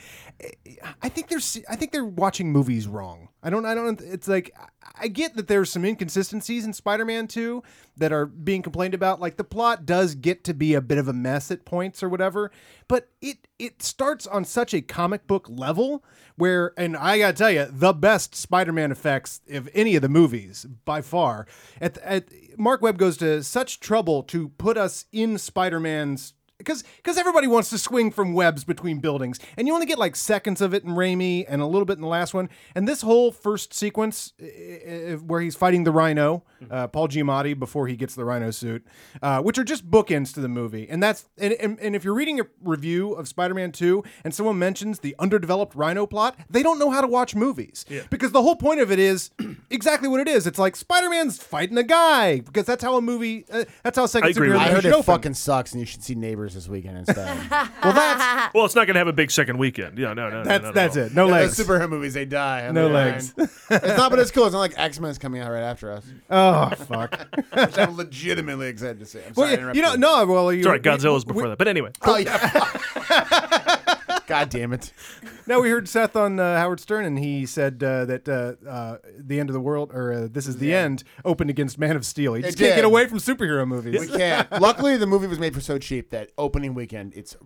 I think they're se- I think they're watching movies wrong. I don't I don't it's like I- I get that there's some inconsistencies in Spider-Man 2 that are being complained about like the plot does get to be a bit of a mess at points or whatever, but it it starts on such a comic book level where and I got to tell you the best Spider-Man effects of any of the movies by far. At, at Mark Webb goes to such trouble to put us in Spider-Man's because because everybody wants to swing from webs between buildings, and you only get like seconds of it in Raimi and a little bit in the last one. And this whole first sequence i- i- where he's fighting the Rhino, uh, Paul Giamatti before he gets the Rhino suit, uh, which are just bookends to the movie. And that's and, and and if you're reading a review of Spider-Man Two and someone mentions the underdeveloped Rhino plot, they don't know how to watch movies
Yeah.
because the whole point of it is [clears throat] exactly what it is. It's like Spider-Man's fighting a guy because that's how a movie uh, that's how second superhero
I heard
movies
it
show from.
fucking sucks, and you should see Neighbors this weekend instead. [laughs]
well, that's well, it's not going to have a big second weekend. Yeah, no, no, no,
That's-
not at
that's
all.
it. No Yeah, legs. those superhero movies, they die. I
No
mean,
legs.
it's not, but it's cool. It's not like X Men's coming out right after us.
Oh, fuck.
[laughs] Which I'm legitimately excited to see. I'm
Well,
sorry,
yeah,
I
you know,
interrupted.
no, well, you,
Sorry, Godzilla's before that. But anyway,
Oh yeah. [laughs] God damn it.
Now we heard Seth on uh, Howard Stern, and he said uh, that uh, uh, the end of the world or uh, this is the end opened against Man of Steel. He
It
just can't
did.
get away from superhero movies.
We can't. Luckily, the movie was made for so cheap that opening weekend, it's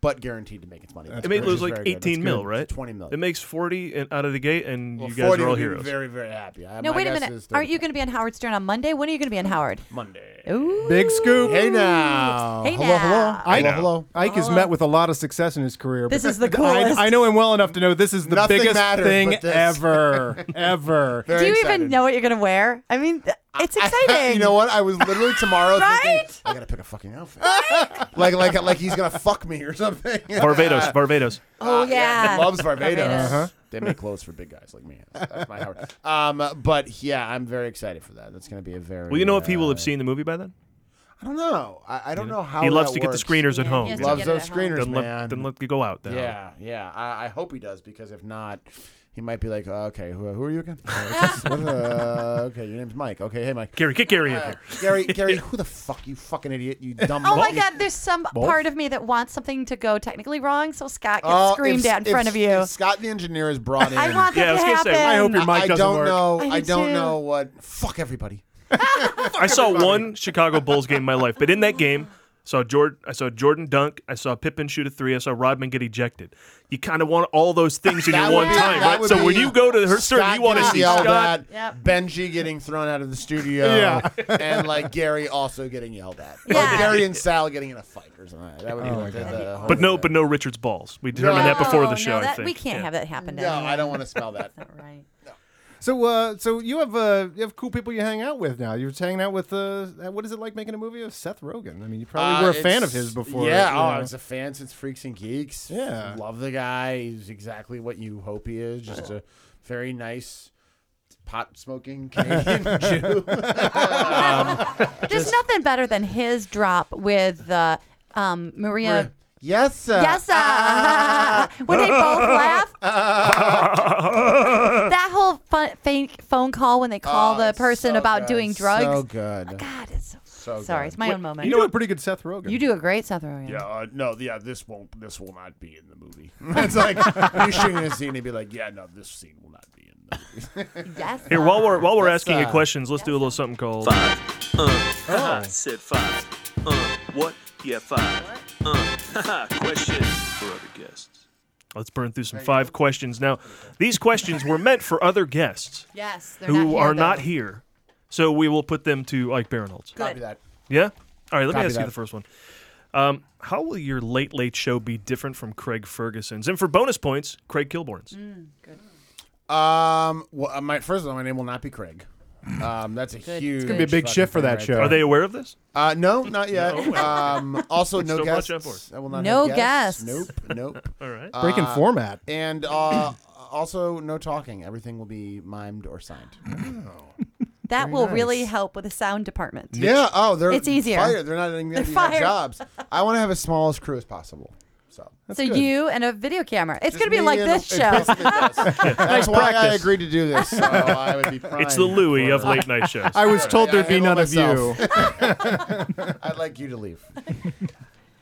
but guaranteed to make its money. back,
it made
which
lose
is
like
very good. That's
18 mil,
good.
right?
20 mil.
It makes 40 and out of the gate, and
Well,
you guys
40
are all
would be
heroes.
Very, very happy. I-
No,
Uh, my
wait a
guess
minute.
is
Aren't you going to be on Howard Stern on Monday? When are you going to be on Howard?
Monday.
Ooh.
Big scoop.
Hey now. Hey
hello,
now.
hello.
Hey
Ike,
now.
Ike has
Oh.
met with a lot of success in his career.
This
but
is the coolest.
I, I know him well enough to know this is the
Nothing
biggest
matters
thing
but this.
[laughs]
ever, ever.
Do you even know what you're going to wear? I mean, th- it's exciting.
[laughs] You know what? I was literally tomorrow thinking,
[laughs] right?
I gotta pick a fucking outfit. like like like he's gonna fuck me or something.
[laughs]
[laughs]
Barbados, Barbados.
Oh, yeah.
Uh, loves Barbados.
Barbados. Uh-huh.
They make clothes for big guys like me. That's my Howard. Um, but yeah, I'm very excited for that. That's gonna be a very.
Well, you know if he
uh,
will have seen the movie by then.
I don't know. I, I don't know how
he loves
that
to get the
works.
screeners at home.
loves those screeners,
Then
man.
Let, then let you go out. Then.
Yeah, yeah. I, I hope he does because if not, he might be like, oh, okay, who, who are
[laughs]
you again? Uh, what's this- what, uh, okay, your name's Mike. Okay, hey Mike.
Gary, get Gary in
Uh,
here. [laughs]
Gary, Gary, who the fuck you fucking idiot?
[laughs]
You dumb.
Oh my
motherfucker.
God! There's some
Both?
part of me that wants something to go technically wrong, so Scott gets
Oh, if-
screamed at in
if-
front of you.
if Scott the engineer is brought in.
I want that Yeah, I to was gonna say, I hope your mic
I
doesn't
don't
work.
know.
I
I,
do
don't
too.
know what. Fuck everybody.
I saw one Chicago Bulls game in my life, but in that
[laughs]
game, saw Jordan. I saw Jordan dunk. I saw Pippen shoot a three. I saw Rodman get ejected. You kind of want all those things
[laughs]
in
That
your one
would be-
time,
that
right?
would
So
be
when you go to her serve,
Scott
you want to
getting
see
yelled
Scott.
at, Benji getting thrown out of the studio,
Yeah.
and like Gary also getting yelled at. Or Gary and Sal getting in a fight or something. That would be
Oh,
like the, the whole
But no, but no Richards balls. We determined that before
Oh, No,
the show.
no,
I
that-
think
we can't have that happen. To
No,
anyone.
I don't want to
[laughs]
smell that.
So, uh, so you have uh, you have cool people you hang out with now. You're just hanging out with uh, what is it like making a movie of Seth Rogen? I mean, you probably
Uh,
were a fan
it's-
of his before.
Yeah,
you
oh,
know.
I was a fan since Freaks and Geeks.
Yeah.
love the guy. He's exactly what you hope he is. Just a very nice pot smoking Canadian [laughs] Jew. Um,
There's nothing better than his drop with uh, um, Maria.
Yes, sir.
Yes, sir. uh, [laughs] when
[laughs]
they both laugh.
[laughs]
that whole fun, fake phone call
Oh,
when they call
Ah,
the person about doing drugs.
So good. God,
it's so,
so
sorry,
good.
it's my own moment.
You do a pretty good Seth Rogen.
You do a great Seth Rogen.
Yeah, uh, no, yeah, this won't, this will not be in the movie. [laughs] it's like you're shooting a scene and be like, yeah, no, this scene will not be in the movie.
yes.
Here, while we're while we're
Yes,
asking you
sir.
questions, let's do a little something called. Oh.
Five. Uh, [laughs] haha, said five. Uh, what? Yeah, five. Uh, [laughs] haha, question for other guests.
Let's burn through some five questions. Now, these questions were meant for other guests.
Yes, they're
Who
not here,
are
though.
not here. So we will put them to Ike Barinholtz.
Copy that.
Yeah? All right, let
Copy
me ask
that.
you the first one. Um, how will your Late Late Show be different from Craig Ferguson's? And for bonus points, Craig Kilborn's.
Mm.
Um, well, uh, my first of all, my name will not be Craig. Um, that's a huge.
gonna be a big
fucking
shift for
thing
that
right
show.
there.
Are they
aware of this?
Uh, no,
[laughs]
not yet.
No. [laughs]
um, also no
Still watch out
guests.
for it.
I will not
No
have guests.
guests.
Nope.
[laughs]
Nope. Uh,
all right.
Breaking format.
And uh, also no talking. Everything will be mimed or signed.
That
Very
will
nice.
really help with the sound department.
Yeah. Oh, they're
it's easier.
Fired. They're not even going to
They're
be on
fired.
jobs. I want to have as small as crew as possible.
[laughs]
So
so you and a video camera. It's going to be
me
like
and a-
this
it's
show.
That's why I agreed to do this. So I would be primed
It's the Louis of
for-
late night
[laughs]
shows.
I was told there'd be none
handled
of you.
myself. [laughs] I'd like you to leave.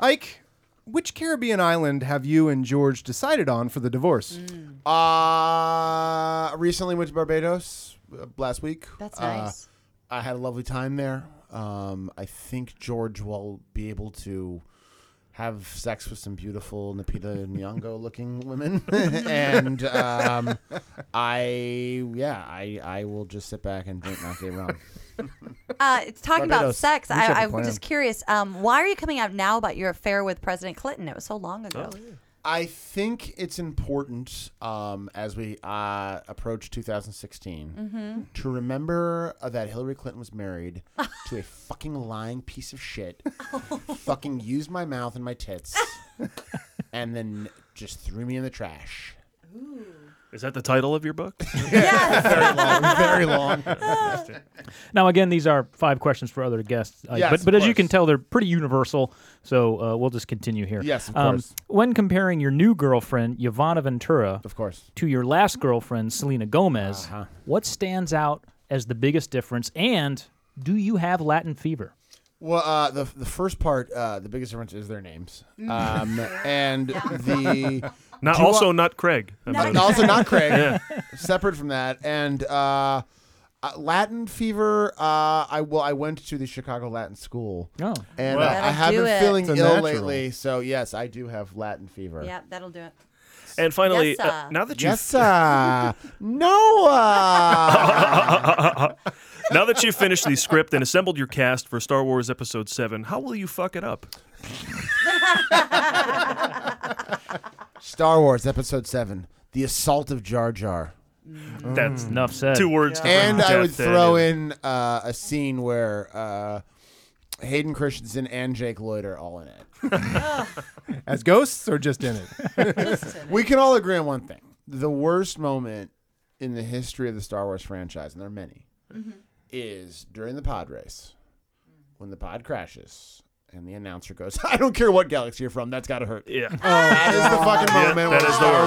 Ike, which Caribbean island have you and George decided on for the divorce?
Mm.
Uh, recently went to Barbados uh, last week.
[laughs] That's
Uh,
nice.
I had a lovely time there. Um, I think George will be able to have sex with some beautiful Napita Nyong'o looking women, and um, I yeah, I I will just sit back and drink my rum.
Uh, it's talking about
Barbados.
sex.
We should have
I,
a
I'm
plan.
just curious. Um, why are you coming out now about your affair with President Clinton? It was so long ago.
Oh, I think it's important um, as we uh, approach 2016
Mhm.
to remember uh, that Hillary Clinton was married to a fucking lying piece of shit, fucking used my mouth and my tits, and then just threw me in the trash.
Is that the title of your book?
[laughs] very long, very long.
Now, again, these are five questions for other guests. Ike,
Yes,
but
of
but as you can tell, they're pretty universal. So uh, we'll just continue here. Um,
Yes, of course.
When comparing your new girlfriend Yvonne Ventura,
of course,
to your last girlfriend Selena Gomez, what stands out as the biggest difference? And do you have Latin fever?
Well, uh, the the first part, uh, the biggest difference is their names, um, and the
Not-
do
also not Craig. Not
also
Craig.
not Craig.
Yeah.
Separate from that, and uh, uh, Latin fever. Uh, I well, I went to the Chicago Latin School.
Oh.
and
Well.
uh, I
That'll
have
do
been
it.
feeling
It's a
ill
natural.
lately, so yes, I do have Latin fever.
Yeah, that'll do it.
And finally,
Yes,
uh,
uh.
now that you've [laughs]
Yes, uh,
[laughs]
Noah.
now that you've finished the script and assembled your cast for Star Wars Episode Seven, how will you fuck it up?
Star Wars Episode Seven: The Assault of Jar Jar.
That's enough said.
Two words to
Mm. and
bring
I would
death to
throw
it.
in uh, a scene where uh, Hayden Christensen and Jake Lloyd are all in it.
As ghosts or
[laughs]
just in it?
we can all agree on one thing: the worst moment in the history of the Star Wars franchise, and there are many, is during the pod race when the pod crashes. And the announcer goes, [laughs] "I don't care what galaxy you're from, that's gotta hurt." [laughs]
Yeah,
that is the fucking
Yeah,
moment
that
when
is the
Star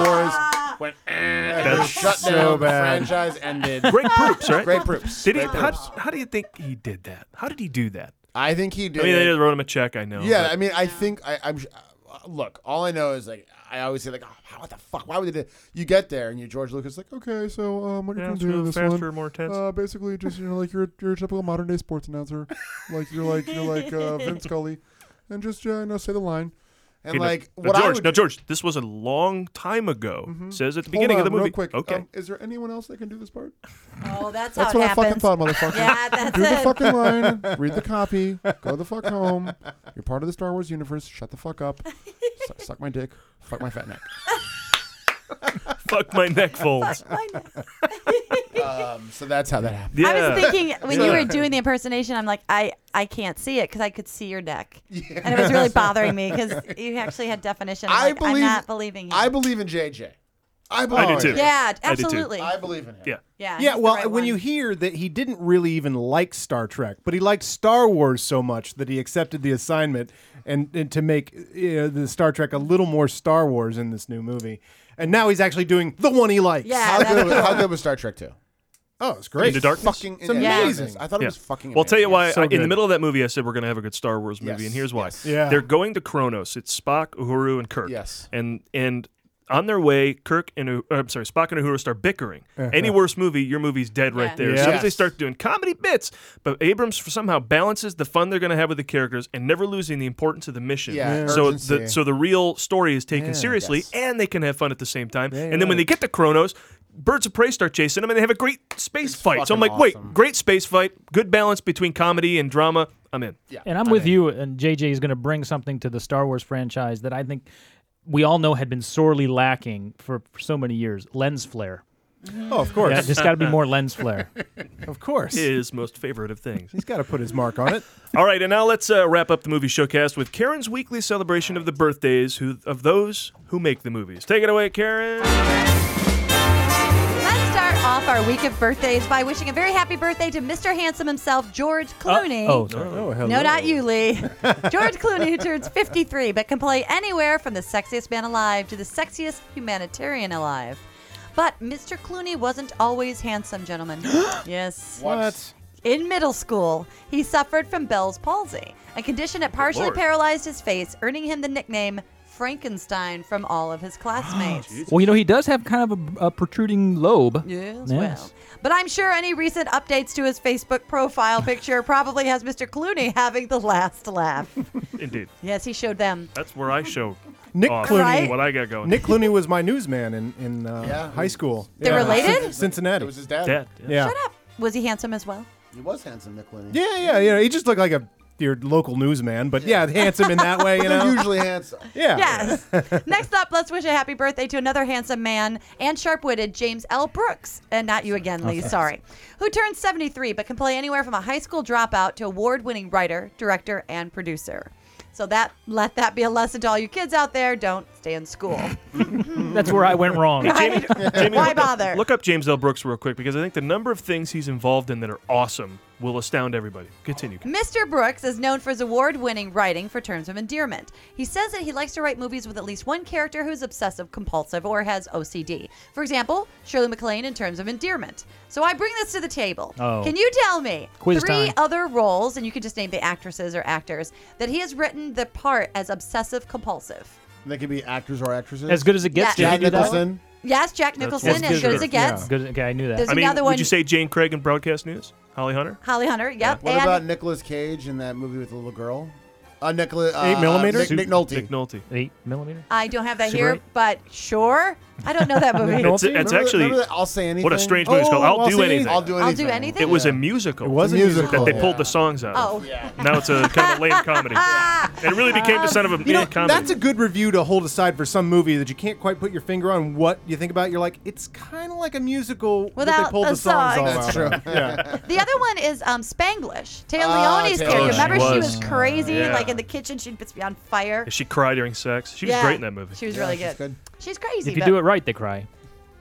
Wars
worst.
went. eh,
That
it
is
shut
so
down.
bad.
The franchise ended.
Great Proops, right?
Great Proops.
Did he?
Great
How,
Proops.
how do you think he did that? How did he do that?
I think he did.
I mean,
it-
they just wrote him a check. I know.
Yeah,
but-
I mean, I think I, I'm. sh- uh, Look, all I know is like I always say like, oh, how- what the fuck? Why would they? do You get there and you George Lucas like, okay, so um, what are you
Yeah,
gonna
it's
do
really
with this
faster,
one?
more intense.
Uh, basically, just you know, like you're you're a typical modern day sports announcer, like you're like you're like uh,
[laughs]
Vince Scully, and just uh, you know say the line, and
Okay, now-
like
now,
what I
George,
would Mm-hmm.
now George, this was a long time ago. Says at the
Hold
beginning of the
on, real
movie.
quick,
Okay.
um, is there anyone else that can do this part?
Oh, that's,
That's
how
what
it
I fucking
happens.
thought, motherfucker.
Yeah, that's
Do the
it. [laughs]
fucking line, read the copy, go the fuck home. You're part of the Star Wars universe. Shut the fuck up. Su- suck my dick. Fuck my fat neck.
Fuck my neck folds.
um, so that's how that
[laughs]
happened.
I was thinking when you
Yeah.
were doing the impersonation, I'm like, I, I can't see it because I could see your neck, and it was really bothering me because you actually had definition. I'm,
I
like,
believe.
I'm not believing you.
I believe in JJ. I
I
believe.
do
in
too.
JJ.
Yeah,
I do too.
absolutely.
I believe in him.
Yeah.
Yeah.
Yeah, well, when you hear that he didn't really even like Star Trek, but he liked Star Wars so much that he accepted the assignment and, and to make uh, the Star Trek a little more Star Wars in this new movie. And now he's actually doing the one he likes.
How good, was, how good was Star Trek 2?
Oh, it's great.
Into darkness.
Fucking
It's amazing.
I thought it
Yeah.
was fucking.
Well, I'll tell you
amazing.
why.
So
I- in the
good.
middle of that movie, I said we're going to have a good Star Wars movie,
Yes,
and here's why.
Yeah.
They're going to Kronos. It's Spock, Uhuru, and Kirk.
Yes.
And and on their way, Kirk and uh, I'm sorry, Spock and Uhuru start bickering.
Uh-huh.
Any worse movie, your movie's dead right there. As
Yeah.
soon as they
Yes.
start doing comedy bits, but Abrams for- somehow balances the fun they're going to have with the characters and never losing the importance of the mission.
Yeah,
So
urgency.
the so the real story is taken
Yeah.
seriously, and they can have fun at the same time.
Yeah,
and then
right.
when they get to Kronos. Birds of Prey start chasing them, and they have a great space fight. So I'm like,
fucking
wait,
awesome.
great space fight, good balance between comedy and drama. I'm in.
Yeah.
And I'm with you, and JJ is going to bring something to the Star Wars franchise that I think we all know had been sorely lacking for, for so many years lens flare.
Oh, of course.
Yeah, there's got to be more lens flare.
Of course.
His most favorite of things. [laughs]
He's got to put his mark on it.
All right, and now let's uh, wrap up the movie showcast with Karen's weekly celebration of the birthdays who, of those who make the movies. Take it away, Karen.
Let's start off our week of birthdays by wishing a very happy birthday to Mr. Handsome himself, George Clooney.
oh, sorry. Oh, hello.
no, not you, Lee. [laughs] George Clooney, who turns 53, but can play anywhere from the sexiest man alive to the sexiest humanitarian alive. But Mr. Clooney wasn't always handsome,
[gasps]
gentlemen. yes.
What?
In middle school, he suffered from Bell's palsy, a condition that partially
Lord.
paralyzed his face, earning him the nickname Frankenstein from all
[gasps]
of his classmates.
Well, you know, he does have kind of a, a protruding lobe.
Yes, well. But I'm sure any recent updates to his Facebook profile picture probably has Mr. Clooney [laughs] having the last
[laughs]
laugh.
Indeed.
Yes, he showed them.
That's where I show
Nick
off
Clooney.
what I got going.
Nick Clooney was my newsman in, in uh, high school.
They're
Yeah.
related?
Cin- [laughs] Cincinnati. It was
his dad.
Yeah.
Shut up. Was he handsome as well?
He was handsome, Nick Clooney.
Yeah, yeah, yeah. He just looked like a your local newsman, but yeah, handsome in that way. You
But they're
know,
[laughs] usually handsome.
Yeah.
Yes. Next up, let's wish a happy birthday to another handsome man and sharp witted James L. Brooks. And not you again, Lee,
Okay.
sorry. Who turned 73 but can play anywhere from a high school dropout to award winning writer, director, and producer. So that let that be a lesson to all you kids out there. Don't stay in school. Mm-hmm.
That's where I went
[laughs]
wrong.
Right? Why
look up-
bother?
Look up James L. Brooks real quick because I think the number of things he's involved in that are awesome will astound everybody. Continue.
Mr. Brooks is known for his award winning writing for Terms of Endearment. He says that he likes to write movies with at least one character who's obsessive compulsive or has OCD. For example, Shirley MacLaine in Terms of Endearment. So I bring this to the table.
Oh.
Can you tell me
Quiz
three
time.
other roles, and you can just name the actresses or actors, that he has written the part as obsessive compulsive?
They could be actors or actresses.
As good as it gets.
Yeah.
did he do that?
Nicholson.
Yes, Jack Nicholson, as good as it gets.
Good- okay, I knew that.
There's
I mean,
another
would
one-
you say Jane Craig in broadcast news? Holly Hunter.
Holly Hunter, yep.
What
and
about Nicolas Cage in that movie with the little girl? Uh, Nicola, uh,
Eight millimeter?
Nick, Nick Nolte.
Nick Nolte.
Eight millimeter.
I don't have that
Super
here,
eight?
but sure. I don't know that movie.
It's, it's actually.
remember that I'll Say
What a
Anything?
strange movie. It's called
Oh,
I'll,
I'll
do
Say
anything.
I'll Do I'll Do Anything.
Anything?
It was a musical. It
was a musical.
that they pulled the songs out.
Oh.
Of. Now it's a kind of lame comedy. It really became the son of a
You know,
mid comedy.
that's a good review to hold aside for some movie that you can't quite put your finger on what you think about. You're like, it's kind of like a musical that
Without
they pulled
a
the songs
song.
all
That's
out of.
true.
Yeah.
The other one is um, Spanglish. Taya
Ah,
Leone's
Taya
character.
Leone.
Remember, she
She
was
was.
crazy,
Yeah.
like in the kitchen, she'd be on fire.
she cried during sex. She was
Yeah,
great in that movie.
She was really good.
she's
She's, crazy.
If you
but
do it right, they cry.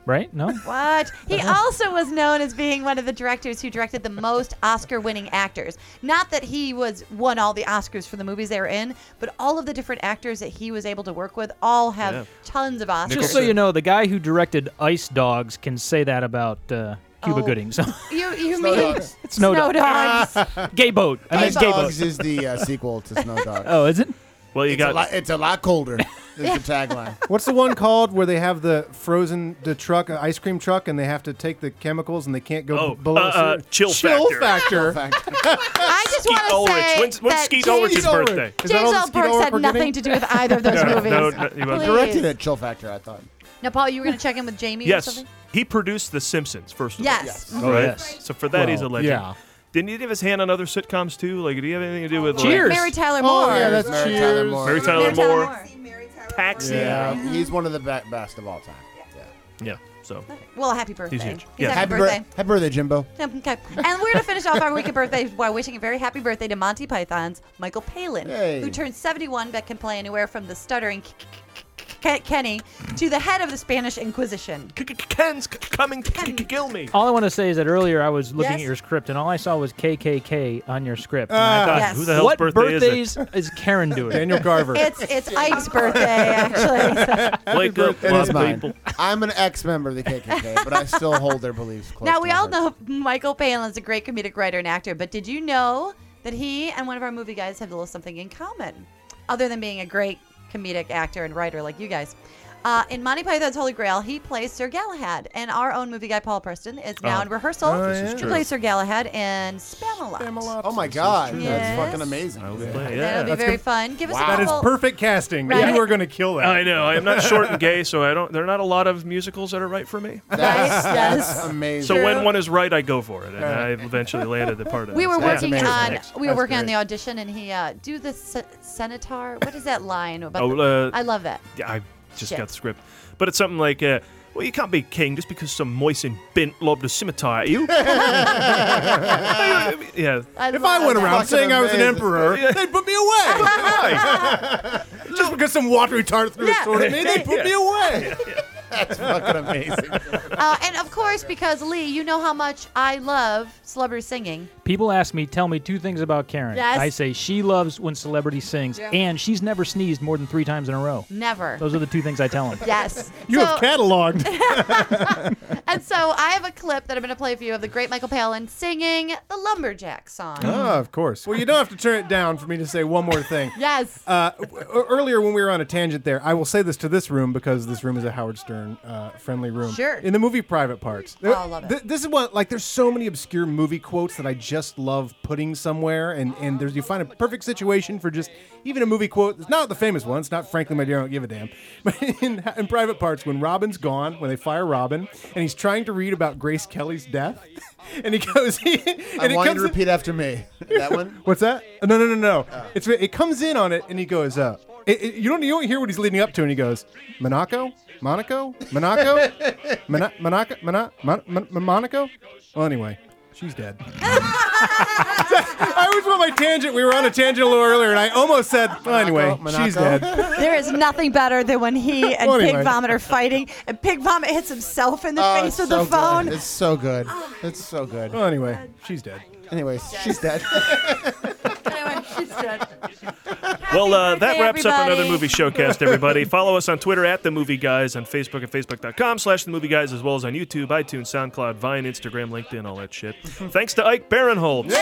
Right? No?
[laughs] What? [laughs] He also was known as being one of the directors who directed the most Oscar winning actors. Not that he was won all the Oscars for the movies they were in, but all of the different actors that he was able to work with all have
Yeah.
tons of Oscars.
Just so you know, the guy who directed Ice Dogs can say that about uh,
Oh.
Cuba Gooding. [laughs] So
You, you
Snow
mean
Dogs.
Snow,
Snow
Dogs. [laughs] gay boat. I mean,
Ice
gay
Dogs
boat.
is the uh, sequel to Snow Dogs.
Oh, is it?
Well, you
it's,
got
a lot, it's a lot colder. Is the tagline.
[laughs] What's the one called where they have the frozen the truck uh, ice cream truck and they have to take the chemicals and they can't go
Oh,
b- below
uh,
a certain-
uh, Chill Factor.
[laughs]
factor.
I just want
Skeet
to
Ulrich.
say
When's- when's
that
Skeet
James,
Ulrich's birthday?
James
Is that all the
L.
Skeet
Brooks
Ulrich
had
we're getting?
nothing to do with either of those
[laughs] No,
movies.
no, no, he wasn't.
Directed
Please.
at Chill Factor, I thought.
Now, Paul, you were going to check in with Jamie or
Yes,
something?
he produced The Simpsons first. Of
Yes. Yes.
all,
Oh,
right?
yes.
So for that, he's a
Well,
legend.
yeah.
Didn't he have his hand on other sitcoms too? Like, did he have anything to do with
Cheers.
Mary Tyler Moore.
Oh yeah, that's
Mary
Cheers.
Tyler Moore.
Like, Mary Tyler
Mary
Moore,
Tyler
Taxi?
Yeah, he's one of the be- best of all time. Yeah.
Yeah, So
Well, happy birthday.
He's huge.
He's
Yes.
Happy,
Happy, bir-
birthday.
happy birthday, Jimbo.
[laughs] Okay. And we're going to finish off our week of birthdays by wishing a very happy birthday to Monty Python's Michael Palin,
Hey.
who turned 71 but can play anywhere from the stuttering K- K- K- Kenny to the head of the Spanish Inquisition.
Ken's coming to kill me.
All I want to say is that earlier I was looking
Yes.
at your script and all I saw was KKK on your script. And
Ah.
I thought,
Yes.
Who the hell's
what
birthday is it?
birthdays is Karen doing?
Daniel
[laughs]
Garver.
It's
[laughs]
it's Ike's birthday, actually. So-
Wake up,
It is
wild
mine.
people.
I'm an ex-member of the KKK, but I still hold their beliefs close.
Now
to
we
my
all
heart.
know [laughs] Michael Palin is a great comedic writer and actor, but did you know that he and one of our movie guys have a little something in common, other than being a great comedic actor and writer like you guys? Uh, in Monty Python's Holy Grail, he plays Sir Galahad, and our own movie guy Paul Preston is now
Oh.
in rehearsal
Oh, This
is
to
true.
play Sir Galahad in Spamalot.
Oh my God, that's
Yes.
fucking amazing.
I would play-
That'll be
Yeah.
very fun. Give us a
That is
couple.
perfect casting.
Right.
You are going to kill that.
I know. I'm not short and gay, so I don't. There are not a lot of musicals that are right for me.
That's,
Right?
that's
Yes.
amazing.
So when one is right, I go for it, and I eventually landed the part
[laughs]
of
We
it.
were
So
working
that's
on
amazing.
we were
That's
working on
great.
the audition, and he uh, do the se- senator. What is that line about?
Oh,
the-
uh,
I love that.
Yeah, I just
Shit.
got the script, but it's something like, uh, "Well, you can't be king just because some moistened bent lobbed a scimitar at
[laughs]
you." [laughs] yeah.
I
If I went
love that.
around saying I was an
amazing.
emperor, they'd put me [laughs] away. Just because some watery tart threw a
Yeah.
[laughs] sword at me, they put me away.
That's fucking amazing.
Uh, and of course, because Lee, you know how much I love celebrity singing.
People ask me, tell me two things about Karen.
Yes.
I say she loves when celebrity sings,
Yeah.
and she's never sneezed more than three times in a row.
Never.
Those are the two things I tell them.
Yes.
You have
cataloged. [laughs]
And so I have a clip that I'm going to play for you of the great Michael Palin singing the Lumberjack song.
Ah, of course. Well, you don't have to turn it down for me to say one more [laughs] thing.
Yes.
Uh, w- earlier, when we were on a tangent there, I will say this to this room because this room is a Howard Stern uh, friendly room.
Sure.
In the movie Private Parts.
Oh, I love it.
Th- this is what, like, there's so many obscure movie quotes that I just love putting somewhere, and, and there's you find a perfect situation for just even a movie quote. It's not the famous one. It's not, frankly, my dear, I don't give a damn. [laughs] But in, in Private Parts, when Robin's gone, when they fire Robin, and he's trying to read about Grace Kelly's death, [laughs] and he goes, [laughs] and
I want
it
you
comes
to repeat after
[laughs]
me. That one?
What's that? Uh, No, no, no, no. It's it comes in on it, and he goes, uh, it, it- you don't you don't hear what he's leading up to, and he goes, Monaco, Monaco, Monaco, Mona- Monaco, Mona- Mon- Mon- Mon- Monaco. Well, anyway, she's dead. I was on my tangent. We were on a tangent a little earlier, and I almost said, well, anyway, she's
Monaco.
dead.
[laughs] There is nothing better than when he and
Well, anyway.
Pig Vomit are fighting, and Pig Vomit hits himself in the
Oh,
face
it's
with
so
the
good.
phone. Ah.
It's so good. It's so good.
Well, anyway, she's dead.
Anyways,
[laughs]
she's dead. [laughs]
Well, uh, that
birthday,
wraps up another
everybody.
movie
[laughs]
showcast, everybody. Follow us on Twitter at The Movie Guys, on Facebook at Facebook.com slash The Movie Guys, as well as on YouTube, iTunes, SoundCloud, Vine, Instagram, LinkedIn, all that shit. Thanks to Ike Barinholtz.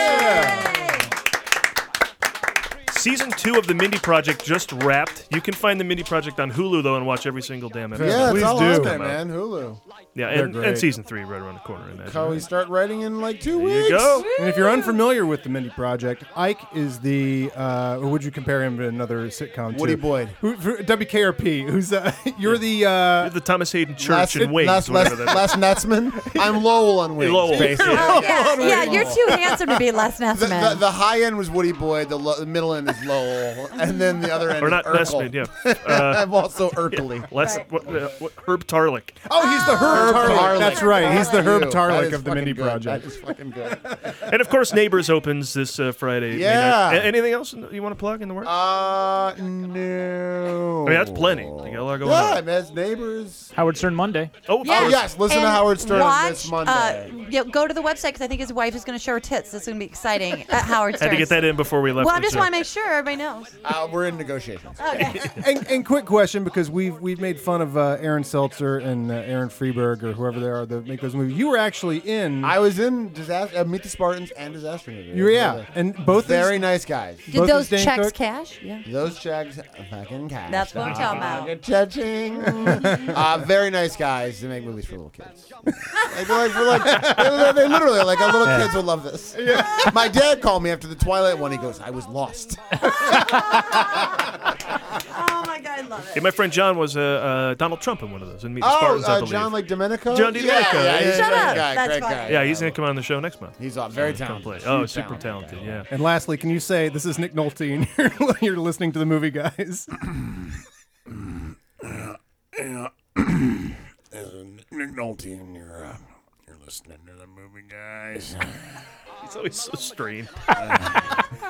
Season two of The Mindy Project just wrapped. You can find The Mindy Project on Hulu, though, and watch every single damn episode.
yeah,
Please
it's all
do.
on there,
Come out.
man. Hulu.
Yeah,
They're
and, and
great.
season three right around the corner. Imagine.
How we start writing in like two
you
weeks.
go.
And if you're unfamiliar with the Mindy Project, Ike is the. Uh, or would you compare him to another sitcom? too?
Woody Boyd.
Who, for- WKRP. Who's uh, [laughs] you're the. Uh,
the Thomas Hayden
Last,
Church and Wings,
last, last,
whatever that
last Netsman. I'm Lowell on Wings. [laughs]
Lowell,
basically.
yeah.
Oh, yeah, yeah, you're too handsome to be less
The,
nasty
the, oh,
man.
the high end was Woody Boyd. The, lo- the middle end is Lowell, and then the other end
Or
is
not
Urkel.
Nessman,
[laughs]
yeah. Uh,
I'm also Urkelly.
Less, what, uh, what, Herb Tarlick.
[laughs] Oh, he's the Herb Tarlick. That's right. He's the Herb
Ew, that
Tarlick
is
of the Mindy
fucking good.
Project.
That is fucking
[laughs]
good.
And of course, Neighbors opens this uh, Friday. May
Yeah.
night. A- anything else you want to plug in the works?
Uh, no.
I mean, that's plenty. You got a lot going
Oh. yeah,
on.
man, it's neighbors.
Howard Stern Monday.
Oh,
Yes.
oh, yes. Listen to
And
Howard Stern
watch,
this Monday.
Uh, yeah, go to the website because I think his wife is going to show her tits. This is going to be exciting at Howard
Had
Stern.
to get that in before we left.
Well, I
the
just
show.
want to make sure everybody knows.
Uh, we're in negotiations.
and, and quick question because we've we've made fun of uh, Aaron Seltzer and uh, Aaron Freeberg or whoever they are that make those movies. You were actually in.
I was in disaster, uh, Meet the Spartans and Disaster Movie.
You- yeah, and both these-
very nice guys.
Did
Both
those
is Dan
checks
Cook?
cash? [laughs] Yeah.
Those checks, fucking cash.
That's what I'm talking about.
Fucking
[laughs]
Cha-ching. uh, very nice guys to make movies for little kids. like, we're like, we're like, they, they literally like our little
Yeah.
kids will love this. My dad called me after the Twilight one. He goes, "I was
[laughs]
lost."
Oh my God, I love
Hey, my friend John was uh, uh, Donald Trump in one of those. And meet the
oh,
Spartans, I
uh,
believe.
John like Domenico.
John
Yeah,
DiMenico,
Yeah,
yeah.
he's a
Shut
great
up.
Guy,
That's
great
funny.
guy.
yeah, he's gonna come on the show next month.
He's uh, very
Come play.
talented.
Oh,
Huge
super talented. Yeah.
And lastly, can you say this is Nick Nolte [laughs] and you're, you're listening to the
[clears throat]
movie guys?
Nick Nolte, and you're, uh, you're listening to the movie guys.
He's always [laughs] so strange.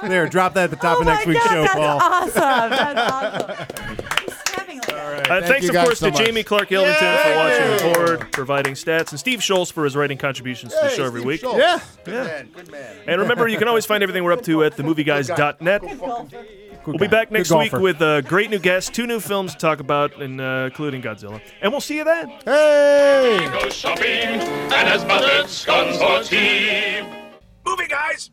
there, drop that at the
Oh
top of next week's show, Paul.
awesome. That's awesome. He's snapping like that.
Uh,
Thank
thanks,
you
of
guys
course,
so
to
much.
Jamie Clark Ilvington for
Yay!
watching and forward, providing stats, and Steve Schultz for his writing contributions to the
Hey,
show every
Steve
week.
Schultz.
Yeah.
Good
Yeah.
man. Good man.
And remember, you can always find everything we're up to at themovieguys.net. We'll be back
Good
next week
golfer.
with uh, great new guests, two new films to talk about, and uh, including Godzilla. And we'll see you then.
Hey!
Goes shopping and has buttons, guns for team. Movie guys!